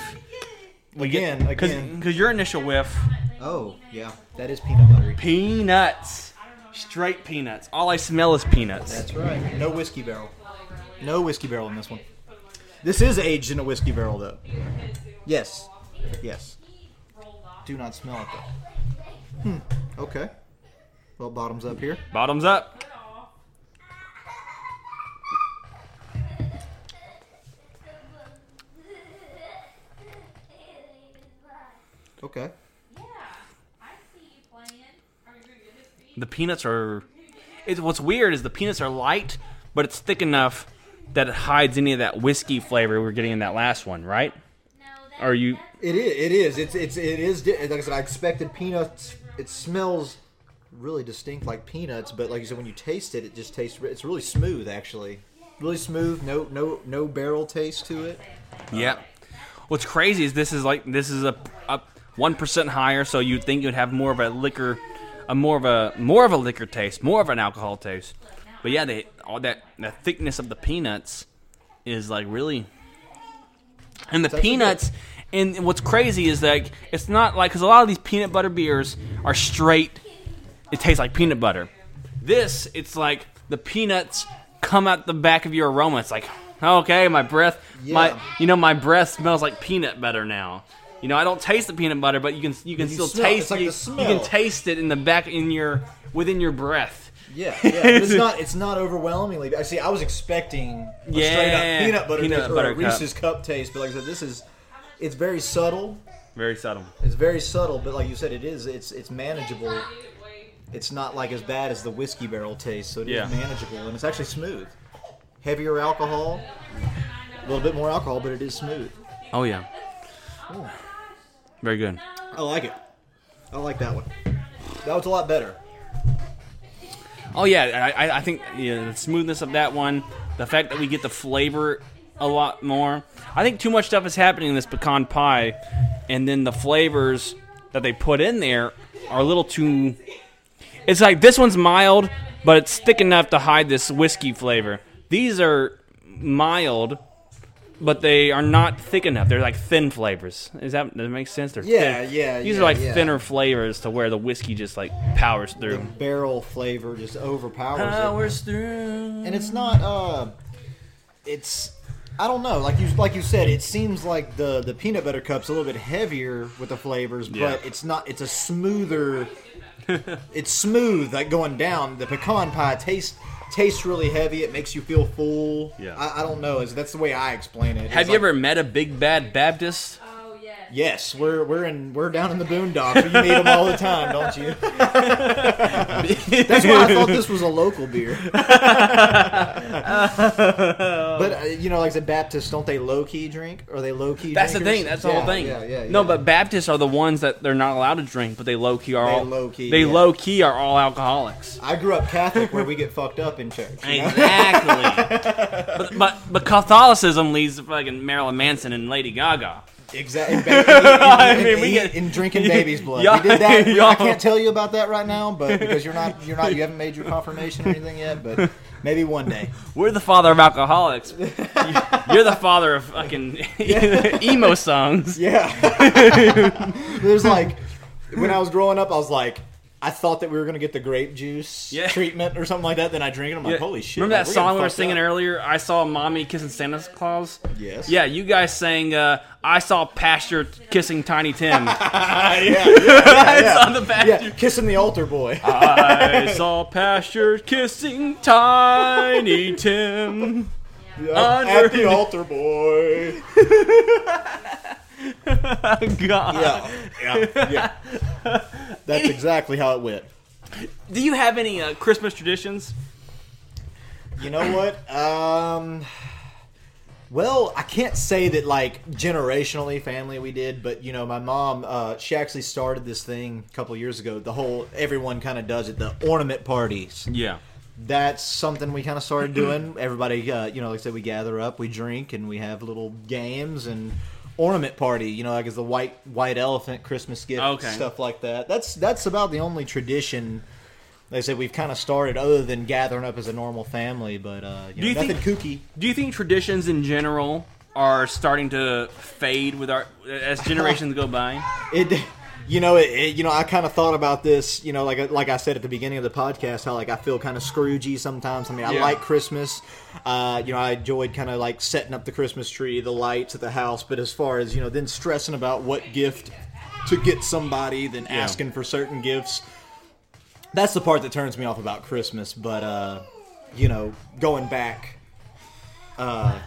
Again,
Cause,
again.
'cause your initial whiff,
Oh yeah, that is peanut buttery.
peanuts, straight peanuts. All I smell is peanuts.
That's right. No whiskey barrel. No whiskey barrel in this one. This is aged in a whiskey barrel, though. Yes. Yes. Do not smell it, though. Hmm. Okay. Well, bottoms up here.
Bottoms up.
Okay.
The peanuts are. It's what's weird is the peanuts are light, but it's thick enough that it hides any of that whiskey flavor we were getting in that last one, right? Are you?
It is. It is. It's. It's. It is. di- Like I said, I expected peanuts. It smells really distinct, like peanuts. But like you said, when you taste it, it just tastes. It's really smooth, actually. Really smooth. No. No. No barrel taste to it.
Yeah. What's crazy is this is like this is a one percent higher, so you'd think you'd have more of a liquor, a more of a more of a liquor taste, more of an alcohol taste. But yeah, they all that the thickness of the peanuts is like really, and the
actually good.
peanuts. And what's crazy is like it's not like because a lot of these peanut butter beers are straight. It tastes like peanut butter. This, it's like the peanuts come out the back of your aroma. It's like Okay, my breath,
Yeah.
my you know my breath smells like peanut butter now. You know I don't taste the peanut butter, but you can you can
You
still
smell it.
taste
It's like
you,
the smell.
you can taste it in the back in your within your breath.
Yeah, yeah. But it's not. It's not overwhelmingly. I see. I was expecting a straight
Yeah,
up peanut butter,
peanut
taste or
butter
a
cup.
Reese's cup taste, but like I said, this is. It's very subtle.
Very subtle.
It's very subtle, but like you said, it is. It's it's manageable. It's not like as bad as the whiskey barrel taste, so it is
Yeah.
manageable and it's actually smooth. Heavier alcohol, a little bit more alcohol, but it is smooth.
Oh yeah, very good.
I like it. I like that one. That was a lot better.
Oh yeah, I, I- I think yeah, the smoothness of that one, the fact that we get the flavor a lot more. I think too much stuff is happening in this pecan pie, and then the flavors that they put in there are a little too. It's like this one's mild, but it's thick enough to hide this whiskey flavor. These are mild, but they are not thick enough. They're like thin flavors. Is that does that make sense? They're
Yeah,
thin.
yeah,
These
yeah,
are like
yeah.
thinner flavors to where the whiskey just like powers through.
Barrel flavor just overpowers it.
Powers through.
and it's not uh it's I don't know, like you like you said, it seems like the the peanut butter cup's a little bit heavier with the flavors,
Yeah.
but it's not it's a smoother it's smooth like going down. The pecan pie tastes tastes really heavy, it makes you feel full.
Yeah.
I, I don't know, is that's the way I explain it.
Have
It's
you
like-
ever met a big bad Baptist?
Yes, we're we're in we're down in the boondocks. You meet them all the time, don't you? That's why I thought this was a local beer. but uh, you know, like the Baptists, don't they low key drink? Or they low key?
That's the thing. That's the whole thing.
Yeah, yeah. yeah.
No, but Baptists are the ones that they're not allowed to drink, but they low key are
They
all
low key,
They
yeah.
low key are all alcoholics.
I grew up Catholic, where we get fucked up in church. you know?
Exactly. but, but but Catholicism leads to fucking Marilyn Manson and Lady Gaga.
Exactly.
I mean, we get
in drinking baby's blood.
Yeah,
we did that.
yeah.
I can't tell you about that right now, but because you're not you're not you haven't made your confirmation or anything yet, but maybe one day.
We're the father of alcoholics. You're the father of fucking emo songs.
Yeah. There's like when I was growing up, I was like, I thought that we were gonna get the grape juice
Yeah.
treatment or something like that. Then I drink it. I'm like,
Yeah.
holy shit!
Remember
like,
that
we're
song we
getting
were
fucked
singing
up.
earlier? I saw mommy kissing Santa Claus.
Yes.
Yeah, you guys sang. Uh, I saw pasture kissing Tiny Tim.
yeah, yeah, yeah, yeah.
I saw the pasture.
Yeah, kissing the altar boy.
Uh, I saw pasture kissing Tiny Tim.
Yeah,
under-
at the altar boy.
God.
Yeah, yeah, yeah. That's exactly how it went.
Do you have any uh, Christmas traditions?
You know what? Um, well, I can't say that like generationally, family we did, but you know, my mom uh, she actually started this thing a couple years ago. The whole everyone kind of does it. The ornament parties.
Yeah.
That's something we kind of started doing. Everybody, uh, you know, like I said, we gather up, we drink, and we have little games and ornament party. You know, like it's the white white elephant Christmas gift
Okay.
stuff like that. That's that's about the only tradition. Like I said, we've kind of started other than gathering up as a normal family, but uh, you
Do
know,
you
nothing
think-
kooky.
Do you think traditions in general are starting to fade with our as generations go by?
It, you know, it, it- you know, I kind of thought about this. You know, like like I said at the beginning of the podcast, how like I feel kind of Scroogey sometimes. I mean, I
Yeah.
like Christmas. Uh, you know, I enjoyed kind of like setting up the Christmas tree, the lights at the house. But as far as you know, then stressing about what gift to get somebody, then
Yeah.
asking for certain gifts. That's the part that turns me off about Christmas. But uh, you know, going back, uh,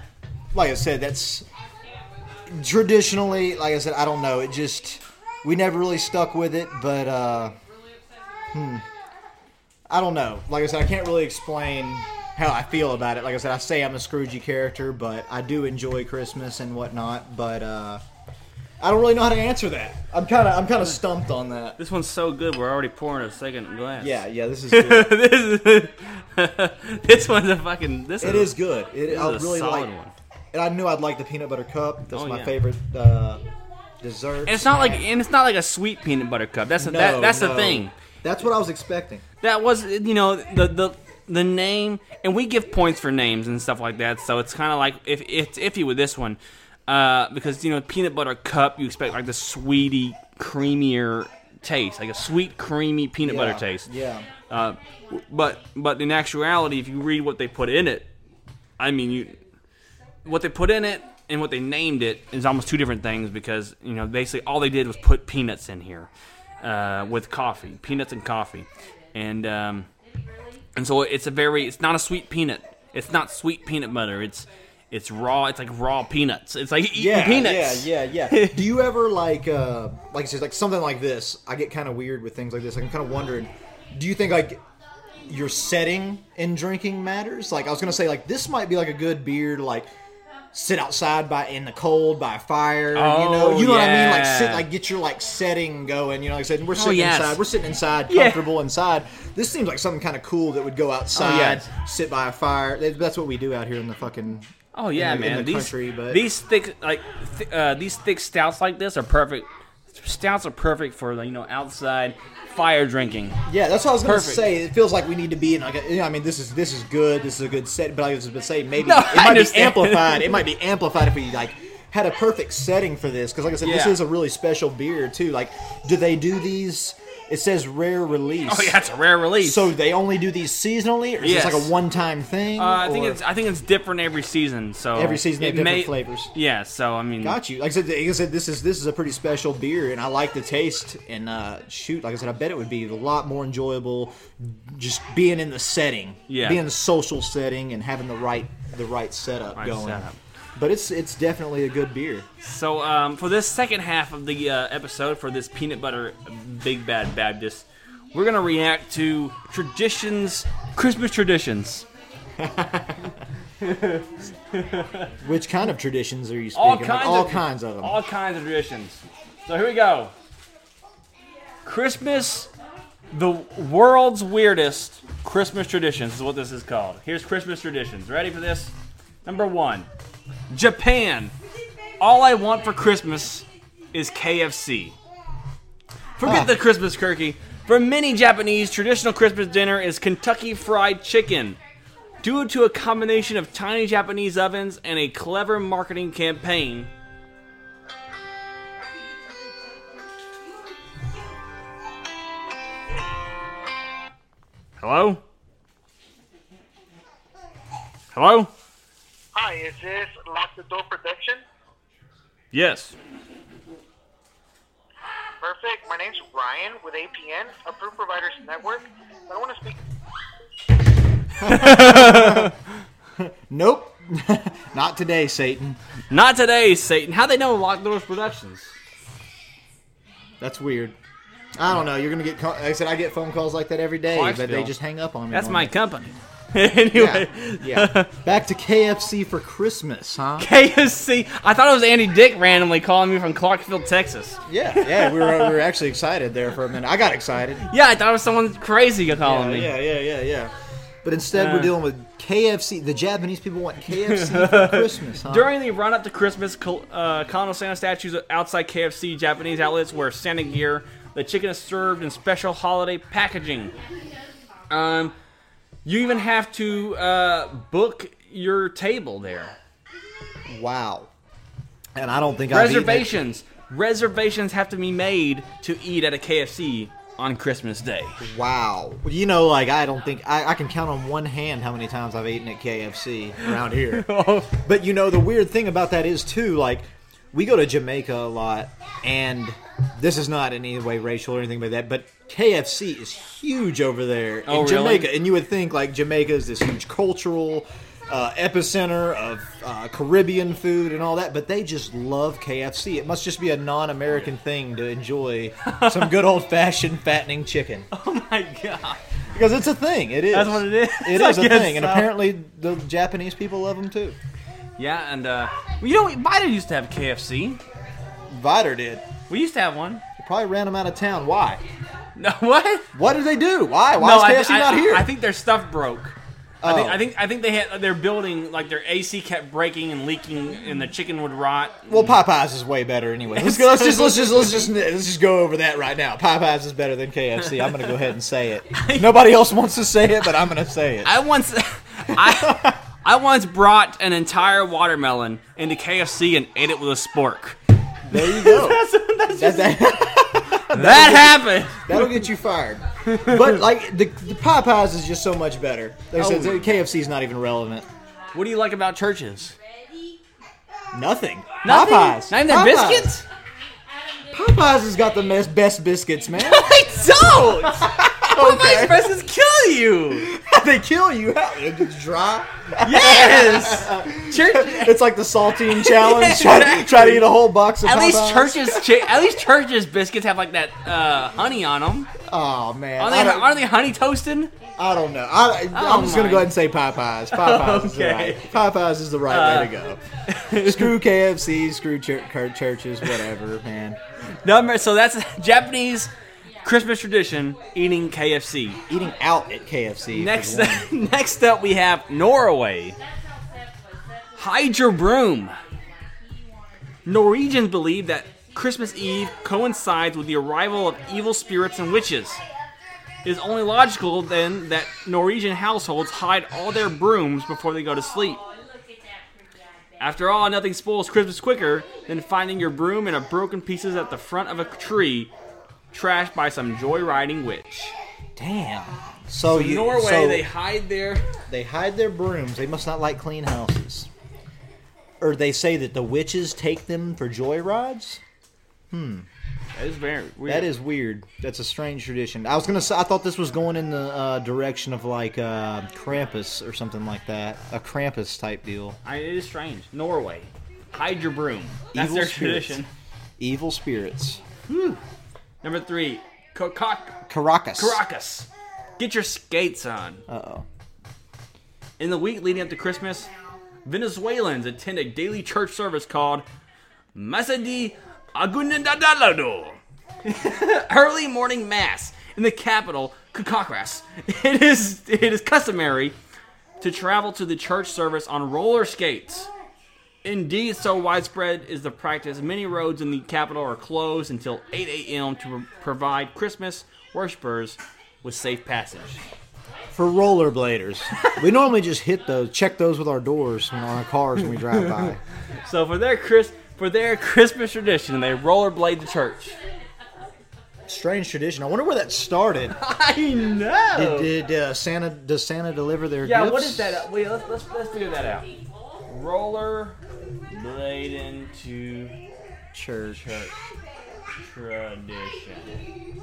like I said, that's traditionally, like I said, I don't know. It just we never really stuck with it, but uh, hmm, I don't know. Like I said, I can't really explain how I feel about it. Like I said, I say I'm a Scroogey character, but I do enjoy Christmas and whatnot. But uh, I don't really know how to answer that. I'm kind of I'm kind of stumped on that.
This one's so good, we're already pouring a second glass.
Yeah, yeah, this is good.
this is this one's a fucking. This
It is good. It,
this
I
is a
really
solid
like.
one.
And I knew I'd like the peanut butter cup. That's
Oh,
my
yeah.
favorite uh, dessert.
And it's not like and it's not like a sweet peanut butter cup. That's that,
No,
that's the
no.
thing.
That's what I was expecting.
That was you know the the the name and we give points for names and stuff like that. So it's kind of like if it's iffy with this one uh, because you know peanut butter cup you expect like the sweetie creamier taste like a sweet creamy peanut
Yeah,
butter taste.
yeah.
Uh, but but in actuality, if you read what they put in it, I mean you what they put in it and what they named it is almost two different things because you know basically all they did was put peanuts in here uh, with coffee, peanuts and coffee, and um, and so it's a very it's not a sweet peanut. It's not sweet peanut butter. It's it's raw. It's like raw peanuts. It's like eating
yeah,
peanuts.
Yeah, yeah, yeah. Do you ever like, uh, like I said, like something like this? I get kind of weird with things like this. Like, I'm kind of wondering, do you think like your setting in drinking matters? Like I was gonna say, like this might be like a good beer to like sit outside by in the cold by a fire. you know,
Oh,
you know what I mean? Like
yeah.
sit, like get your like setting going. You know, like I said, we're
Oh,
sitting
yes.
inside. We're sitting inside,
Yeah. Oh,
comfortable inside. This seems like something kind of cool that would go outside,
yes.
sit by a fire. That- That's what we do out here in the fucking.
Oh yeah,
in the,
man.
In the
these
country, but
these thick like th- uh, these thick stouts like this are perfect. Stouts are perfect for like, you know outside fire drinking.
Yeah, that's what I was going to
Perfect.
say. It feels like we need to be in like a, you know, I mean, this is this is good. This is a good set. But I was going to say maybe
No,
it
I
might be
understand.
amplified. It might be amplified if we like had a perfect setting for this because, like I said, this
Yeah.
is a really special beer too. Like, do they do these? It says rare release.
Oh yeah, it's a rare release.
So they only do these seasonally, or is
Yes.
this like a one-time thing?
Uh, I think
or-
it's I think it's different every season. So
Every season they
it
have different flavors.
Yeah, so I mean,
Got you. Like I said, like I said, this is this is a pretty special beer, and I like the taste. And uh, shoot, like I said, I bet it would be a lot more enjoyable just being in the setting,
Yeah.
being in the social setting, and having the right the right setup
Right
going.
setup.
But it's it's definitely a good beer.
So um, for this second half of the uh, episode for this peanut butter big bad Baptist, we're gonna react to traditions, Christmas traditions.
Which kind of traditions are you speaking?
all
of?
kinds,
all
of,
kinds of them.
all kinds of traditions. So here we go. Christmas, the world's weirdest Christmas traditions is what this is called. Here's Christmas traditions. Ready for this? Number one, Japan. All I want for Christmas is KFC. Forget the Christmas turkey. For many Japanese, traditional Christmas dinner is Kentucky Fried Chicken. Due to a combination of tiny Japanese ovens and a clever marketing campaign, Hello? Hello?
Hi, is this Lock the Door Production?
Yes.
Perfect. My name's Ryan with APN, Approved Providers Network. I want to speak.
nope, not today, Satan.
Not today, Satan. How they know Locked Doors Productions?
That's weird. I don't know. You're gonna get. Call- like I said I get phone calls like that every day, but they
Clarksville.
just hang up on me.
Oh, That's
on
my
it.
company. anyway.
Yeah, yeah. Back to KFC for Christmas, huh?
KFC. I thought it was Andy Dick randomly calling me from Clarksville, Texas.
Yeah, yeah, we were, we were actually excited there for a minute. I got excited.
Yeah, I thought it was someone crazy calling me.
yeah, yeah, yeah, yeah. But instead,
Uh.
we're dealing with KFC. The Japanese people want KFC for Christmas, huh?
During the run up to Christmas, col- uh, Colonel Santa statues outside KFC Japanese outlets wear Santa gear. The chicken is served in special holiday packaging. Um, you even have to uh, book your table there.
wow. And I don't think I've eaten it.
Reservations. Reservations have to be made to eat at a KFC on Christmas Day.
Wow. You know, like I don't think I, I can count on one hand how many times I've eaten at KFC around here. but you know, the weird thing about that is too, like we go to Jamaica a lot, and this is not in any way racial or anything like that, but KFC is huge over there
Oh,
in
really?
Jamaica, and you would think like Jamaica is this huge cultural. Uh, epicenter of uh, Caribbean food and all that, but they just love KFC. It must just be a non-American thing to enjoy some good old-fashioned fattening chicken.
My God.
Because it's a thing. It is.
That's what it is.
It
I
is a
guess
thing, and
so.
apparently the Japanese people love them too.
Yeah, and uh, well, you know, Vita used to have KFC.
Viter did.
We used to have one.
They probably ran them out of town. Why?
No, what?
What did they do? Why? Why
Oh, I-
is KFC
I,
not
I-
here?
I think their stuff broke. I, think,
Oh.
I think I think they had their building like their AC kept breaking and leaking, and the chicken would rot.
well, Popeyes is way better anyway. Let's, go, let's just let's just let's just let's just go over that right now. Popeyes is better than KFC. I'm gonna go ahead and say it. Nobody else wants to say it, but I'm gonna say it.
I once I I once brought an entire watermelon into KFC and ate it with a spork.
There you go. That- that-
That happened.
That'll get you fired. But like the, the Popeyes is just so much better. Like I said,
Oh.
KFC is not even relevant.
What do you like about churches?
Nothing.
Nothing?
Popeyes.
Not even their
Popeyes.
biscuits?
Popeyes has got the best, best biscuits, man.
I don't. Popeyes presses kill you.
they kill you. It's dry.
Yes. Church.
It's like the saltine challenge. Try, to- try to eat a whole box of
At least
Popeyes.
churches, chi- at least churches biscuits have like that uh, honey on them.
Oh man,
Aren't they-
I don't-
aren't they honey toasted?
I don't know. I,
Oh,
I'm just gonna
my.
go ahead and say Popeyes. Popeyes is the
Okay.
right. Popeyes is the right way
Uh,
to go. screw KFC, screw chur- cur- churches, whatever, man.
Number so that's a Japanese Christmas tradition eating KFC.
Eating out at KFC.
Next next up we have Norway. Hide your broom. Norwegians believe that Christmas Eve coincides with the arrival of evil spirits and witches. It is only logical then that Norwegian households hide all their brooms before they go to sleep. After all, nothing spoils Christmas quicker than finding your broom in a broken pieces at the front of a tree, trashed by some joyriding witch.
Damn. So,
So
Oh, you
Norway,
so
they hide their
they hide their brooms. They must not like clean houses. Or they say that the witches take them for joyrides. Hmm.
That is very weird.
That is weird. That's a strange tradition. I was gonna say I thought this was going in the uh, direction of like uh, Krampus or something like that, a Krampus type deal.
I, it is strange. Norway, hide your broom. That's
Evil
their
spirits.
tradition.
Evil spirits.
Number three, co- cock
Caracas.
Caracas. Get your skates on.
Uh oh.
In the week leading up to Christmas, Venezuelans attend a daily church service called Misa de Agundadalado. Early morning mass in the capital, Caracas. It is it is customary to travel to the church service on roller skates. Indeed, so widespread is the practice. Many roads in the capital are closed until 8 a.m. to pro- provide Christmas worshippers with safe passage.
For rollerbladers, we normally just hit those, check those with our doors on our cars when we drive by.
So for their Chris for their Christmas tradition, they rollerblade to church.
Strange tradition. I wonder where that started.
I know.
Did, did uh, Santa? Does Santa deliver their
yeah,
gifts?
what is that? uh, Wait, let's let's, let's figure that out. Roller blade into
church.
church tradition.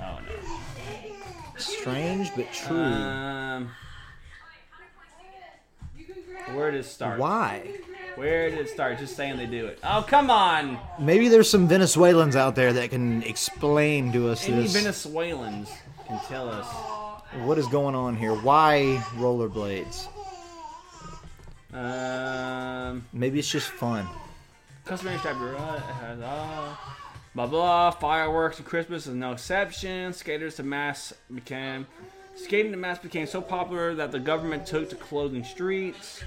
Oh no.
Strange but true.
Um, where did it start?
Why?
Where did it start? Just saying they do it. Oh come on!
Maybe there's some Venezuelans out there that can explain to us
Any
this.
Venezuelans can tell us.
what is going on here? Why rollerblades?
Um.
Maybe it's just fun.
Customary strap your uh, has, uh, blah blah. Fireworks and Christmas is no exception. Skaters to mass became skating to mass became so popular that the government took to closing streets.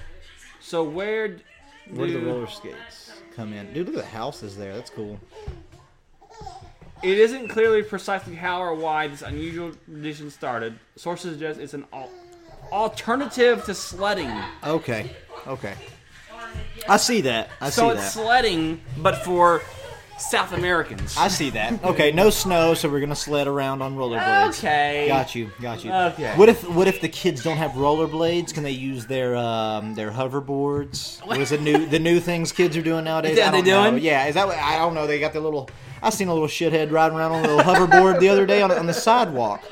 So where d-
Where do
do-
the roller skates come in? Dude, look at the houses there. That's cool.
It isn't clearly precisely how or why this unusual tradition started. Sources suggest it's an al- alternative to sledding.
Okay. Okay. I see that. I
so
see
it's
that.
sledding, but for South Americans.
I see that. Okay, no snow, so we're gonna sled around on rollerblades.
Okay.
Got you. Got you.
Okay.
What if What if the kids don't have rollerblades? Can they use their um, their hoverboards? What is the new the new things kids are doing nowadays?
Is that
I
what
don't
they
know.
doing?
Yeah. Is that what, I don't know. They got their little. I seen a little shithead riding around on a little hoverboard the other day on, on the sidewalk.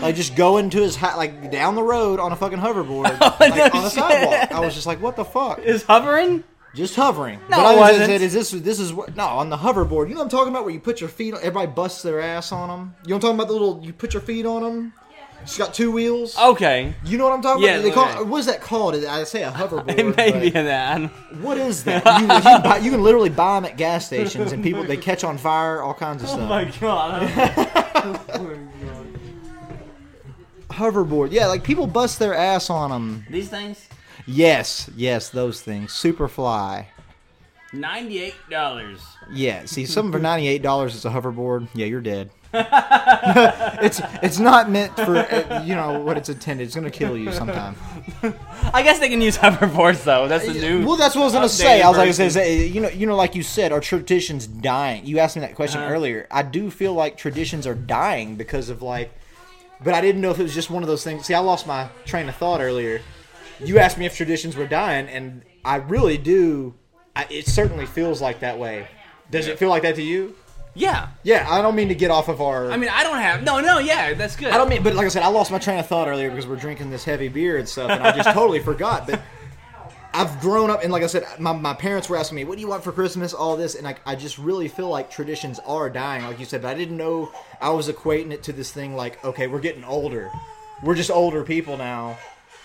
Like just going to his hot, like down the road on a fucking hoverboard
Oh,
like, on the sidewalk. I was just like, what the fuck?
Is hovering?
Just hovering.
No,
but
it
I was
wasn't.
said, is this this is what- no on the hoverboard? You know what I'm talking about? Where you put your feet, on, everybody busts their ass on them. You know what I'm talking about? The little you put your feet on them. It's got two wheels.
Okay.
You know what I'm talking
Uh, Yeah,
about? They call,
okay.
What is that called? I say a hoverboard.
It may
but
be that.
What is that? You, you, can buy, you can literally buy them at gas stations, and people they catch on fire, all kinds of
Oh
stuff.
my god.
Hoverboard, yeah, like people bust their ass on them.
These things,
Yes, yes, those things. Superfly.
ninety-eight dollars.
Yeah, see, something for ninety eight dollars is a hoverboard. Yeah, you're dead. it's it's not meant for uh, you know what it's intended. It's gonna kill you sometime.
I guess they can use hoverboards though. That's the new.
Well, that's what I was gonna
updated
say. I was like, I
version.
said, say, you know, you know, like you said, our traditions dying. You asked me that question
Uh-huh.
earlier. I do feel like traditions are dying because of like, but I didn't know if it was just one of those things. See, I lost my train of thought earlier. You asked me if traditions were dying, and I really do I, it certainly feels like that way. Does
Yeah.
it feel like that to you?
Yeah.
Yeah, I don't mean to get off of our.
I mean, I don't have. No, no, yeah, that's good.
I don't mean, but like I said, I lost my train of thought earlier because we're drinking this heavy beer and stuff, and I just totally forgot. But I've grown up, and like I said, my, my parents were asking me, "What do you want for Christmas?" All this, and I, I just really feel like traditions are dying, like you said. But I didn't know I was equating it to this thing like, okay, we're getting older, we're just older people now.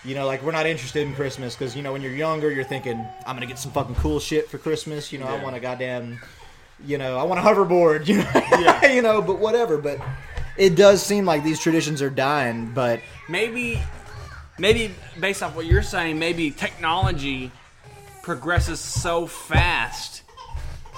You know, like we're not interested in Christmas because you know when you're younger, you're thinking, "I'm gonna get some fucking cool shit for Christmas." You know,
Yeah.
I want a goddamn, you know, I want a hoverboard. You know, you know, but whatever. But it does seem like these traditions are dying, but
maybe maybe based off what you're saying maybe technology progresses so fast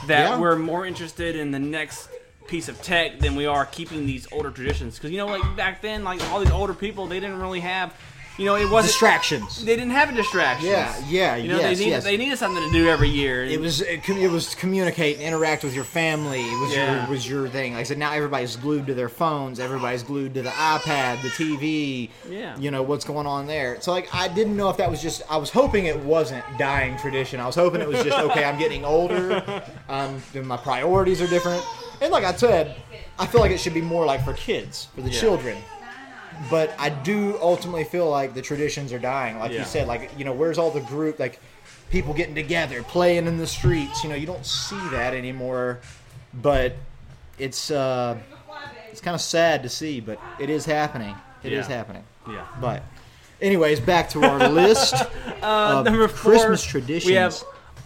that
Yeah.
we're more interested in the next piece of tech than we are keeping these older traditions because you know like back then like all these older people they didn't really have you know it wasn't
Distractions.
they didn't have a distraction
Yeah, yeah,
you know
yes,
they, needed,
yes.
they needed something to do every year
it was it, commu- it was communicate and interact with your family was
Yeah.
your was your thing. Like I said, now everybody's glued to their phones, everybody's glued to the iPad, the TV.
Yeah.
you know what's going on there. So like I didn't know if that was just I was hoping it wasn't dying tradition. I was hoping it was just okay. I'm getting older, um, then my priorities are different, and like I said, I feel like it should be more like for kids, for the
Yeah.
children. But I do ultimately feel like the traditions are dying. Like
Yeah.
you said, like you know, where's all the group like people getting together, playing in the streets? You know, you don't see that anymore. But it's uh, it's kind of sad to see, but it is happening. It is
Yeah.
happening.
Yeah.
But anyways, back to our list
uh,
of
number four,
Christmas traditions.
We have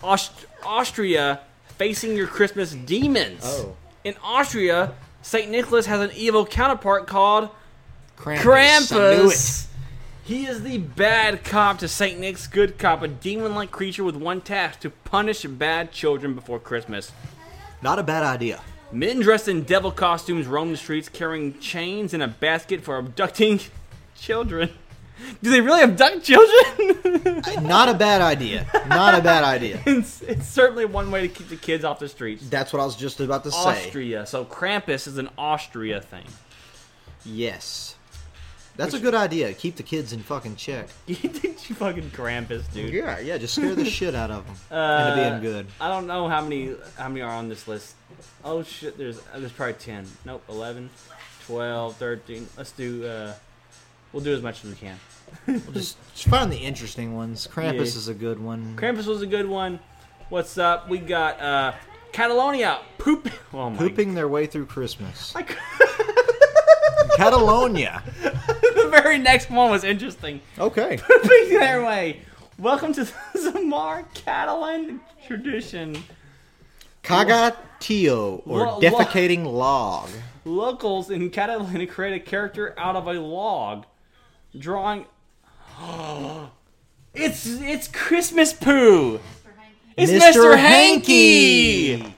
Aust- Austria facing your Christmas demons.
Oh.
In Austria, St. Nicholas has an evil counterpart called
Krampus. I knew
Krampus. He is the bad cop to St. Nick's good cop, a demon like creature with one task to punish bad children before Christmas.
Not a bad idea.
Men dressed in devil costumes roam the streets carrying chains and a basket for abducting children. Do they really abduct children?
Not a bad idea. Not a bad idea.
it's, it's certainly one way to keep the kids off the streets.
That's what I was just about to say.
Austria. So Krampus is an Austria thing.
Yes. That's a good idea. Keep the kids in fucking check.
Did you fucking Krampus, dude?
Yeah, yeah. Just scare the shit out of them
Uh,
into being good.
I don't know how many how many are on this list. Oh shit, there's uh, there's probably 10. Nope, 11, 12, 13. Let's do uh we'll do as much as we can.
We'll just, just find the interesting ones. Krampus
Yeah.
is a good one.
Krampus was a good one. What's up? We got uh Catalonia poop. Oh my
Pooping their way through Christmas. Catalonia.
the very next one was interesting.
Okay.
Pooping their way. Welcome to the Zamar Catalan tradition.
Cagatio, or
Lo- lo-
defecating log.
Locals in Catalan create a character out of a log, drawing. it's it's Christmas poo. It's Mr. Hanky.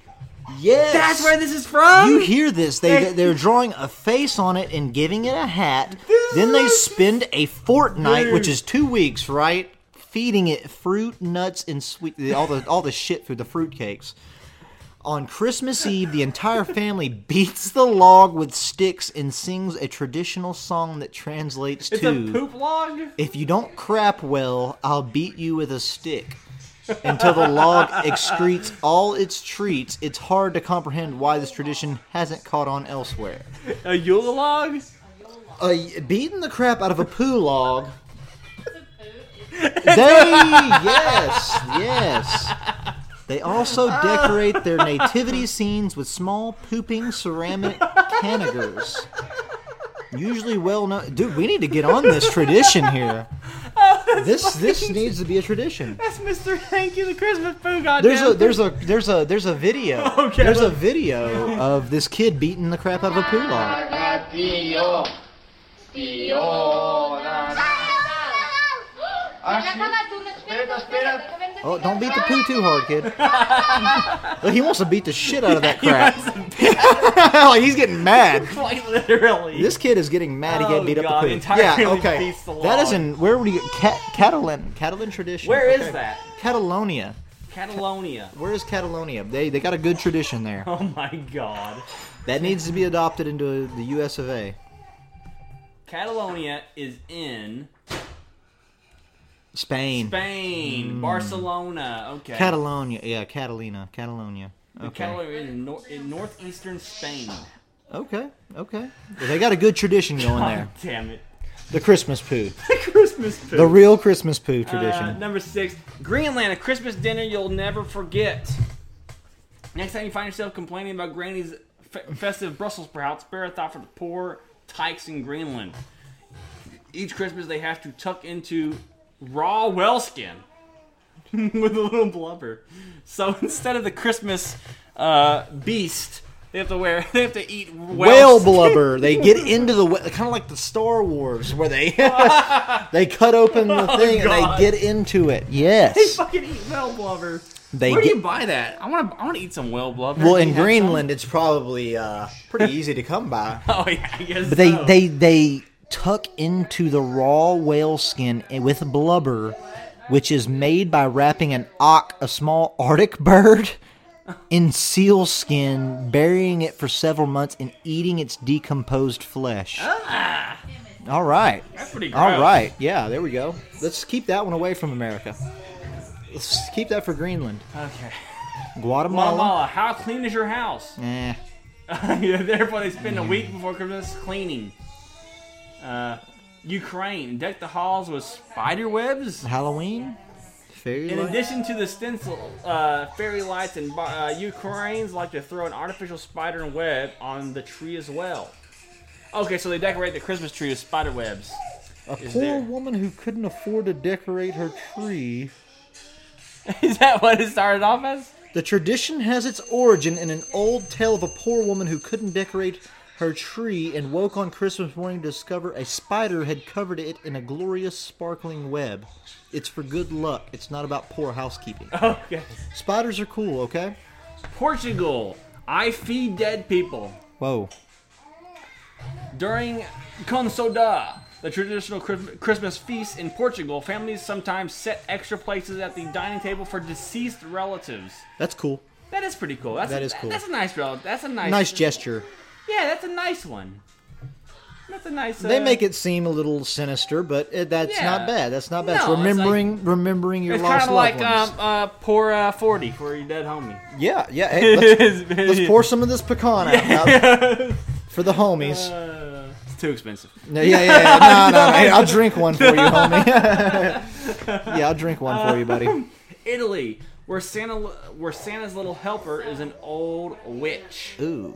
Yes.
That's where this is from.
You hear this? They they're drawing a face on it and giving it a hat. Then they spend a fortnight, which is two weeks, right? Feeding it fruit, nuts, and sweet all the all the shit food, the fruit cakes. On Christmas Eve, the entire family beats the log with sticks and sings a traditional song that translates
It's
to
a poop log.
if you don't crap well, I'll beat you with a stick. Until the log excretes all its treats, it's hard to comprehend why this tradition hasn't caught on elsewhere.
A Yule log?
Uh, beating the crap out of a poo log. They, yes, yes. They also decorate their nativity scenes with small pooping ceramic canagers. Usually well known. Dude, we need to get on this tradition here. This this needs to be a tradition.
That's Mr. Hanky the Christmas poo. Goddamn.
There's a there's a there's a there's a video.
Okay,
there's a
look.
video of this kid beating the crap out of a poo log.
Cagatio. Espera, espera.
Oh, don't beat the poo too hard, kid. Look, he wants to beat the shit out of that crap. like he's getting mad.
Quite literally.
This kid is getting mad. He
Oh,
got beat
God,
up the poo.
entire
yeah,
family
okay.
beats the log.
That is in where would you get Ca- Catalan Catalan tradition?
Where is
Okay.
that?
Catalonia.
Catalonia.
Where is Catalonia? They they got a good tradition there.
Oh my god.
That needs to be adopted into the U.S. of A.
Catalonia is in
Spain.
Spain, Barcelona. Okay.
Hmm. Catalonia. Yeah, Catalina. Catalonia.
The
Okay.
Catalonia in, nor- in northeastern Spain.
okay. Okay. Well, they got a good tradition going there.
God Oh, damn it.
The Christmas poo.
Christmas poo.
The real Christmas poo
Uh,
tradition.
number six, Greenland, a Christmas dinner you'll never forget. Next time you find yourself complaining about Granny's fe- festive Brussels sprouts, spare a thought for the poor tykes in Greenland. Each Christmas they have to tuck into raw whale skin with a little blubber. So instead of the Christmas uh, beast, they have to wear they have to eat whale,
Whale
skin.
blubber. They get into the kind of like the Star Wars where they they cut open the
Oh,
thing
God.
and they get into it.
They
Yes.
fucking eat whale blubber.
They
Where do
get-
you buy that? I want to. I want to eat some whale blubber.
Well,
Do
in
you have
Greenland, it's probably uh, pretty easy to come by.
some? Oh yeah, I guess
But they
so.
they they tuck into the raw whale skin with blubber, which is made by wrapping an auk, a small Arctic bird, in seal skin, burying it for several months, and eating its decomposed flesh.
Ah.
All right.
That's pretty
All
gross.
right. Yeah, there we go. Let's keep that one away from America. Let's keep that for Greenland.
Okay.
Guatemala.
Guatemala, how clean is your house?
Eh.
yeah, therefore they spend a week before Christmas cleaning. Uh, Ukraine, deck the halls with spider webs.
Halloween? Fairy
In
lights?
addition to the stencil, uh, fairy lights and bo- uh, Ukrainians like to throw an artificial spider web on the tree as well. Okay, so they decorate the Christmas tree with spider webs.
A
Is
poor
there-
woman who couldn't afford to decorate her tree.
Is that what it started off as?
The tradition has its origin in an old tale of a poor woman who couldn't decorate her tree and woke on Christmas morning to discover a spider had covered it in a glorious sparkling web. It's for good luck. It's not about poor housekeeping.
Okay.
Spiders are cool, okay?
Portugal, I feed dead people.
Whoa.
During Consoda, the traditional Chris- Christmas feast in Portugal, families sometimes set extra places at the dining table for deceased relatives.
That's cool.
That is pretty cool. That's
That
a,
is cool.
That's a nice relative. That's a nice.
Nice gesture.
Yeah, that's a nice one. That's a nice. Uh,
They make it seem a little sinister, but it, that's
Yeah.
not bad. That's not bad.
No,
it's
it's like-
remembering remembering your
uh, It's kind
lost
of like
loved ones.
um, uh, pour uh, forty for your dead homie.
Yeah, yeah. Hey, let's, let's pour some of this pecan out now for the homies.
Uh, it's too expensive.
No, yeah, yeah, yeah. No, no, no. Hey, I'll drink one for you, homie. yeah, I'll drink one for you, buddy.
Italy, where Santa, where Santa's little helper is an old witch.
Ooh,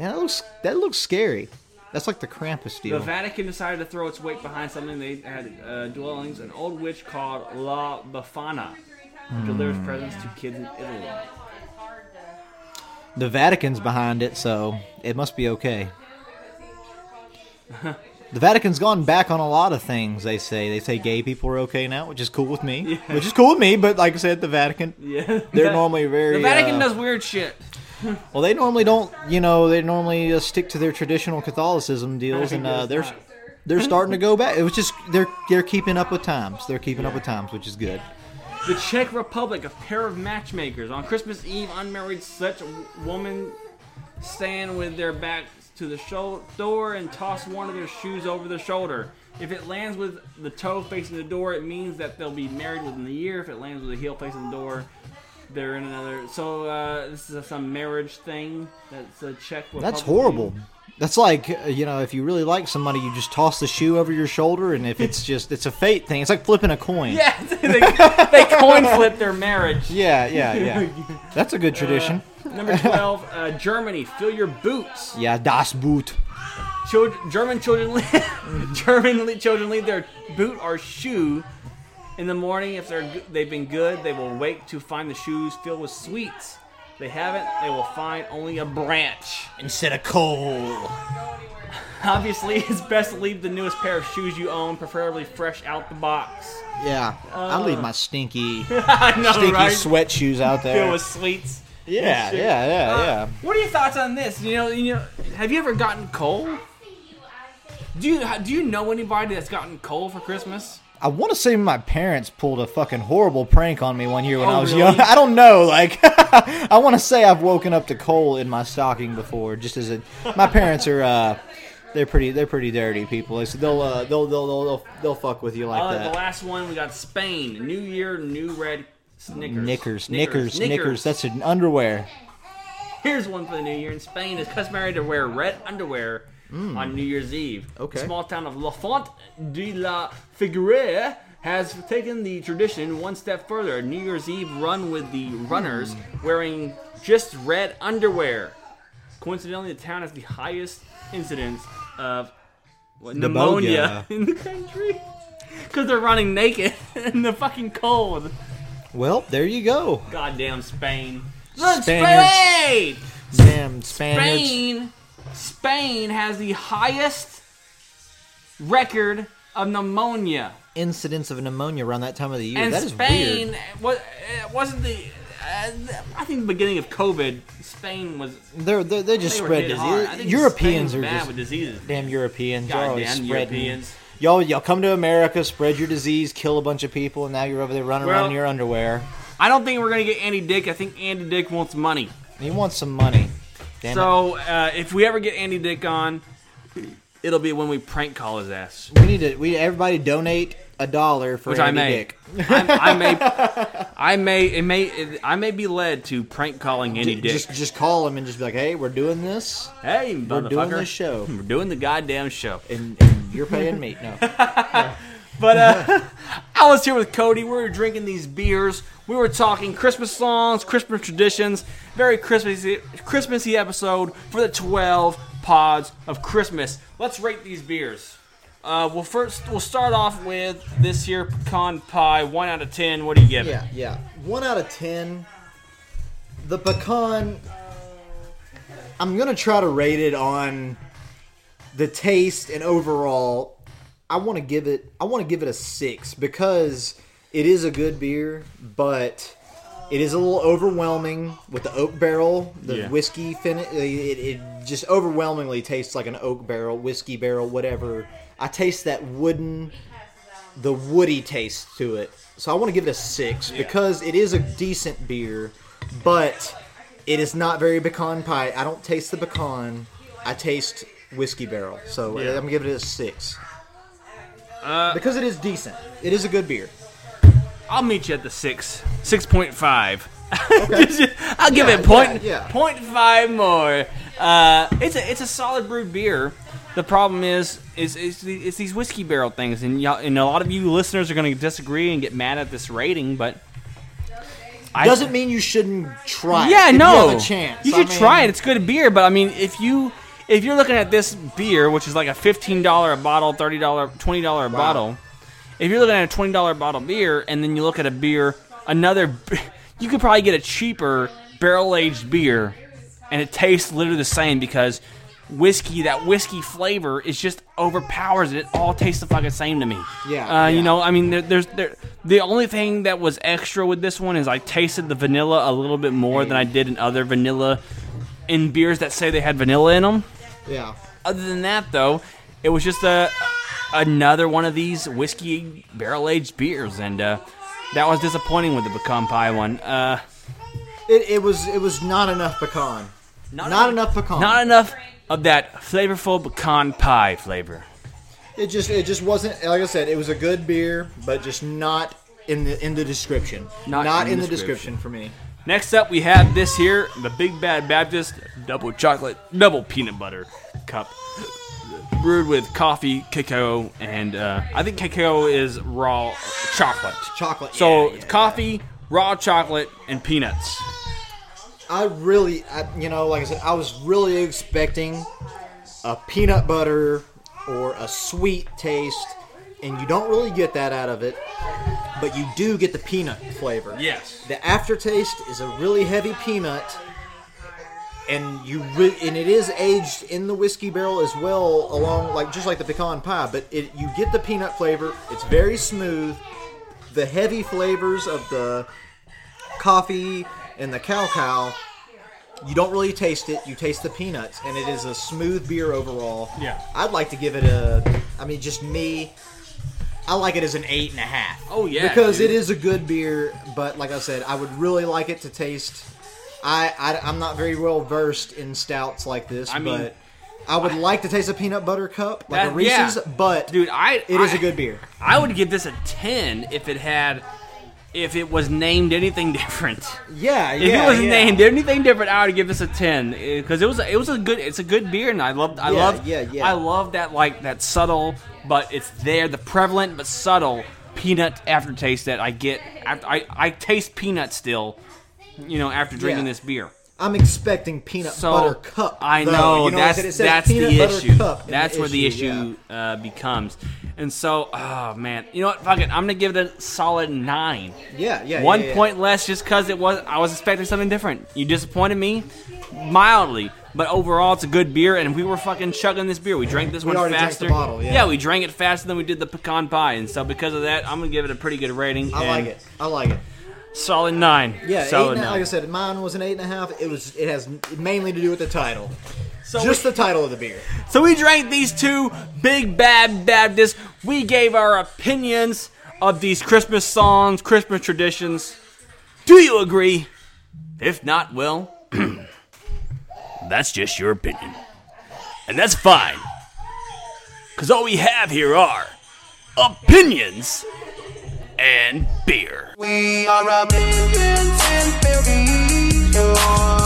Man, that looks that looks scary. That's like the Krampus
The
deal.
Vatican decided to throw its weight behind something they had uh, dwellings, an old witch called La Befana, who delivers
Hmm.
presents to kids in Italy.
The Vatican's behind it, so it must be okay. The Vatican's gone back on a lot of things. They say they say gay people are okay now, which is cool with me.
Yeah.
Which is cool with me, but like I said, the Vatican,
Yeah.
they're normally very.
The Vatican
uh,
does weird shit.
Well, they normally don't. You know, they normally uh, stick to their traditional Catholicism deals, and uh, they're they're starting to go back. It was just they're they're keeping up with times. They're keeping up with times, which is good.
The Czech Republic, a pair of matchmakers. On Christmas Eve, unmarried such w- women stand with their backs to the shou- door and toss one of their shoes over their shoulder. If it lands with the toe facing the door, it means that they'll be married within the year. If it lands with the heel facing the door, they're in another. So uh, this is a, some marriage thing. That's a Czech Republic.
That's horrible. That's like uh, you know, if you really like somebody, you just toss the shoe over your shoulder, and if it's just it's a fate thing. It's like flipping a coin.
Yeah, they, they coin flip their marriage.
Yeah, yeah, yeah. That's a good tradition.
Number twelve, uh, Germany. Fill your boots.
Yeah, das Boot.
Children, German children, le- German le- children leave their boot or shoe in the morning. If they're go- they've been good, they will wake to find the shoes filled with sweets. They haven't. They will find only a branch.
Instead of coal.
Obviously, it's best to leave the newest pair of shoes you own, preferably fresh out the box.
Yeah, I
Uh.
leave my stinky,
I know,
stinky
right?
sweat shoes out there.
Filled with sweets.
Yeah,
Shit.
yeah, yeah,
Uh,
yeah.
What are your thoughts on this? You know, you know, have you ever gotten coal? Do you do you know anybody that's gotten coal for Christmas?
I want to say my parents pulled a fucking horrible prank on me one year when
Oh,
I was
really?
young. I don't know. Like, I want to say I've woken up to coal in my stocking before, just as a. My parents are uh, They're pretty. They're pretty dirty people. They- They'll uh, they'll, they'll they'll they'll they'll fuck with you like
Uh, the
that.
last one we got Spain. New year, new red Snickers.
Knickers, knickers, knickers. That's an underwear.
Here's one for the New Year in Spain. It's customary to wear red underwear on New Year's Eve. Hmm. Okay. The small town of La Font de la Figuera has taken the tradition one step further. A New Year's Eve run with the runners wearing just red underwear. Coincidentally, the town has the highest incidence of what, pneumonia in the country because they're running naked in the fucking cold.
Well, there you go.
Goddamn Spain.
Look,
Spain!
Damn Spaniards.
Spain, Spain has the highest record of pneumonia,
Incidents of pneumonia around that time of the year.
and
that is
Spain
weird.
was it wasn't the. Uh, I think the beginning of COVID, Spain was.
They're, they're, they just
were
spread
hit
disease.
hard. I think
Europeans
Spain's
are
bad
just
with diseases.
Damn Europeans. Y'all always
Goddamn
spreading-
Europeans.
Y'all, y'all come to America, spread your disease, kill a bunch of people, and now you're over there running
Well-
around in your underwear.
I don't think we're gonna get Andy Dick. I think Andy Dick wants money.
He wants some money. Damn
so uh, if we ever get Andy Dick on, it'll be when we prank call his ass.
We need to. We everybody donate a dollar for
Which I
Andy
may.
Dick.
I, I may, I may, it may, it, I may be led to prank calling Andy
J-
Dick.
Just just call him and just be like, "Hey, we're doing this.
hey,
we're doing
motherfucker.
this show.
We're doing the goddamn show.
And, and You're paying me." No.
but uh, I was here with Cody. We were drinking these beers. We were talking Christmas songs, Christmas traditions. Very Christmassy, Christmassy episode for the 12 pods of Christmas. Let's rate these beers. Uh, we'll first we'll start off with this here pecan pie. One out of ten. What do you give
Yeah,
it?
yeah. One out of ten. The pecan. I'm gonna try to rate it on the taste and overall. I want to give it. I want to give it a six because it is a good beer, but it is a little overwhelming with the oak barrel, the
Yeah.
whiskey finish. It, it just overwhelmingly tastes like an oak barrel, whiskey barrel, whatever. I taste that wooden the woody taste to it. So I want to give it a six because it is a decent beer, but it is not very pecan pie. I don't taste the pecan. I taste whiskey barrel. So
Yeah.
I'm gonna give it a six
Uh,
because it is decent. It is a good beer.
I'll meet you at the six, six point five. I'll give it point,
yeah, yeah.
point five more. Uh, it's a it's a solid brewed beer. The problem is is is the- it's these whiskey barrel things, and y'all, and a lot of you listeners are going to disagree and get mad at this rating, but I-
Doesn't mean you shouldn't try. it
yeah,
if
no.
You have a chance.
You
I
should
mean,
try it. It's good beer, but I mean, if you if you're looking at this beer, which is like a fifteen dollar a bottle, thirty dollar, twenty dollar a bottle, if you're looking at a twenty dollar bottle beer, and then you look at a beer, another, b- you could probably get a cheaper barrel aged beer, and it tastes literally the same because whiskey, that whiskey flavor, is just overpowers it. It all tastes the fucking same to me.
Yeah,
Uh, You know, I mean, there, there's there. The only thing that was extra with this one is I tasted the vanilla a little bit more than I did in other vanilla in beers that say they had vanilla in them.
Yeah.
Other than that, though, it was just a another one of these whiskey barrel aged beers, and uh, that was disappointing with the pecan pie one. Uh,
It, it was it was not enough pecan. Not, enough, pecan.
not enough of that flavorful pecan pie flavor.
It just it just wasn't like I said. It was a good beer, but just not in the in the description.
Not in
in, the
description.
description for me.
Next up, we have this here the Big Bad Baptist double chocolate, double peanut butter cup. Brewed with coffee, cacao, and uh, I think cacao is raw chocolate.
Chocolate.
So it's coffee, raw chocolate, and peanuts.
I really, I, you know, like I said, I was really expecting a peanut butter or a sweet taste, and you don't really get that out of it, but you do get the peanut flavor.
Yes.
The aftertaste is a really heavy peanut, and you re- and it is aged in the whiskey barrel as well, along like just like the pecan pie. But it you get the peanut flavor. It's very smooth. The heavy flavors of the coffee and the cow cow. You don't really taste it. You taste the peanuts, and it is a smooth beer overall.
Yeah.
I'd like to give it a. I mean, just me. I like it as an eight and a half.
Oh, yeah,
because
dude.
it is a good beer. But like I said, I would really like it to taste. I, I am not very well versed in stouts like this,
I mean,
but I would like to taste a peanut butter cup, like a
That- yeah.
Reese's, but
dude, I
it is
I-
a good beer.
I would give this a ten if it had, if it was named anything different.
Yeah,
If
yeah,
it was
yeah.
named anything different, I would give this a ten because it was a, it was a good it's a good beer and I love I
Yeah,
love
yeah, yeah.
I love that like that subtle but it's there the prevalent but subtle peanut aftertaste that I get after, I I taste peanut still, you know after drinking
Yeah.
this beer.
I'm expecting peanut
So
butter cup.
I
though.
know,
You
that's
it says
that's
peanut
the
butter
issue.
cup in
That's where the
yeah.
issue uh, becomes. And so, oh man, you know what? Fuck it. I'm gonna give it a solid nine.
Yeah, yeah,
One
yeah, yeah.
point less, just because it was. I was expecting something different. You disappointed me mildly, but overall, it's a good beer. And we were fucking chugging this beer. We drank this
We
one
already drank the
faster.
bottle, yeah.
we drank it faster than we did the pecan pie. And so, because of that, I'm gonna give it a pretty good rating.
I
and
like it. I like it.
Solid nine.
Yeah, eight
solid
and a-
nine.
like I said, mine was an eight and a half. It was. It has mainly to do with the title.
So
just the title of the beer.
So we drank these two Big Bad Baptists. We gave our opinions of these Christmas songs, Christmas traditions. Do you agree? If not, well, that's just your opinion. And that's fine. Because all we have here are opinions and beer.
We are a million and billion.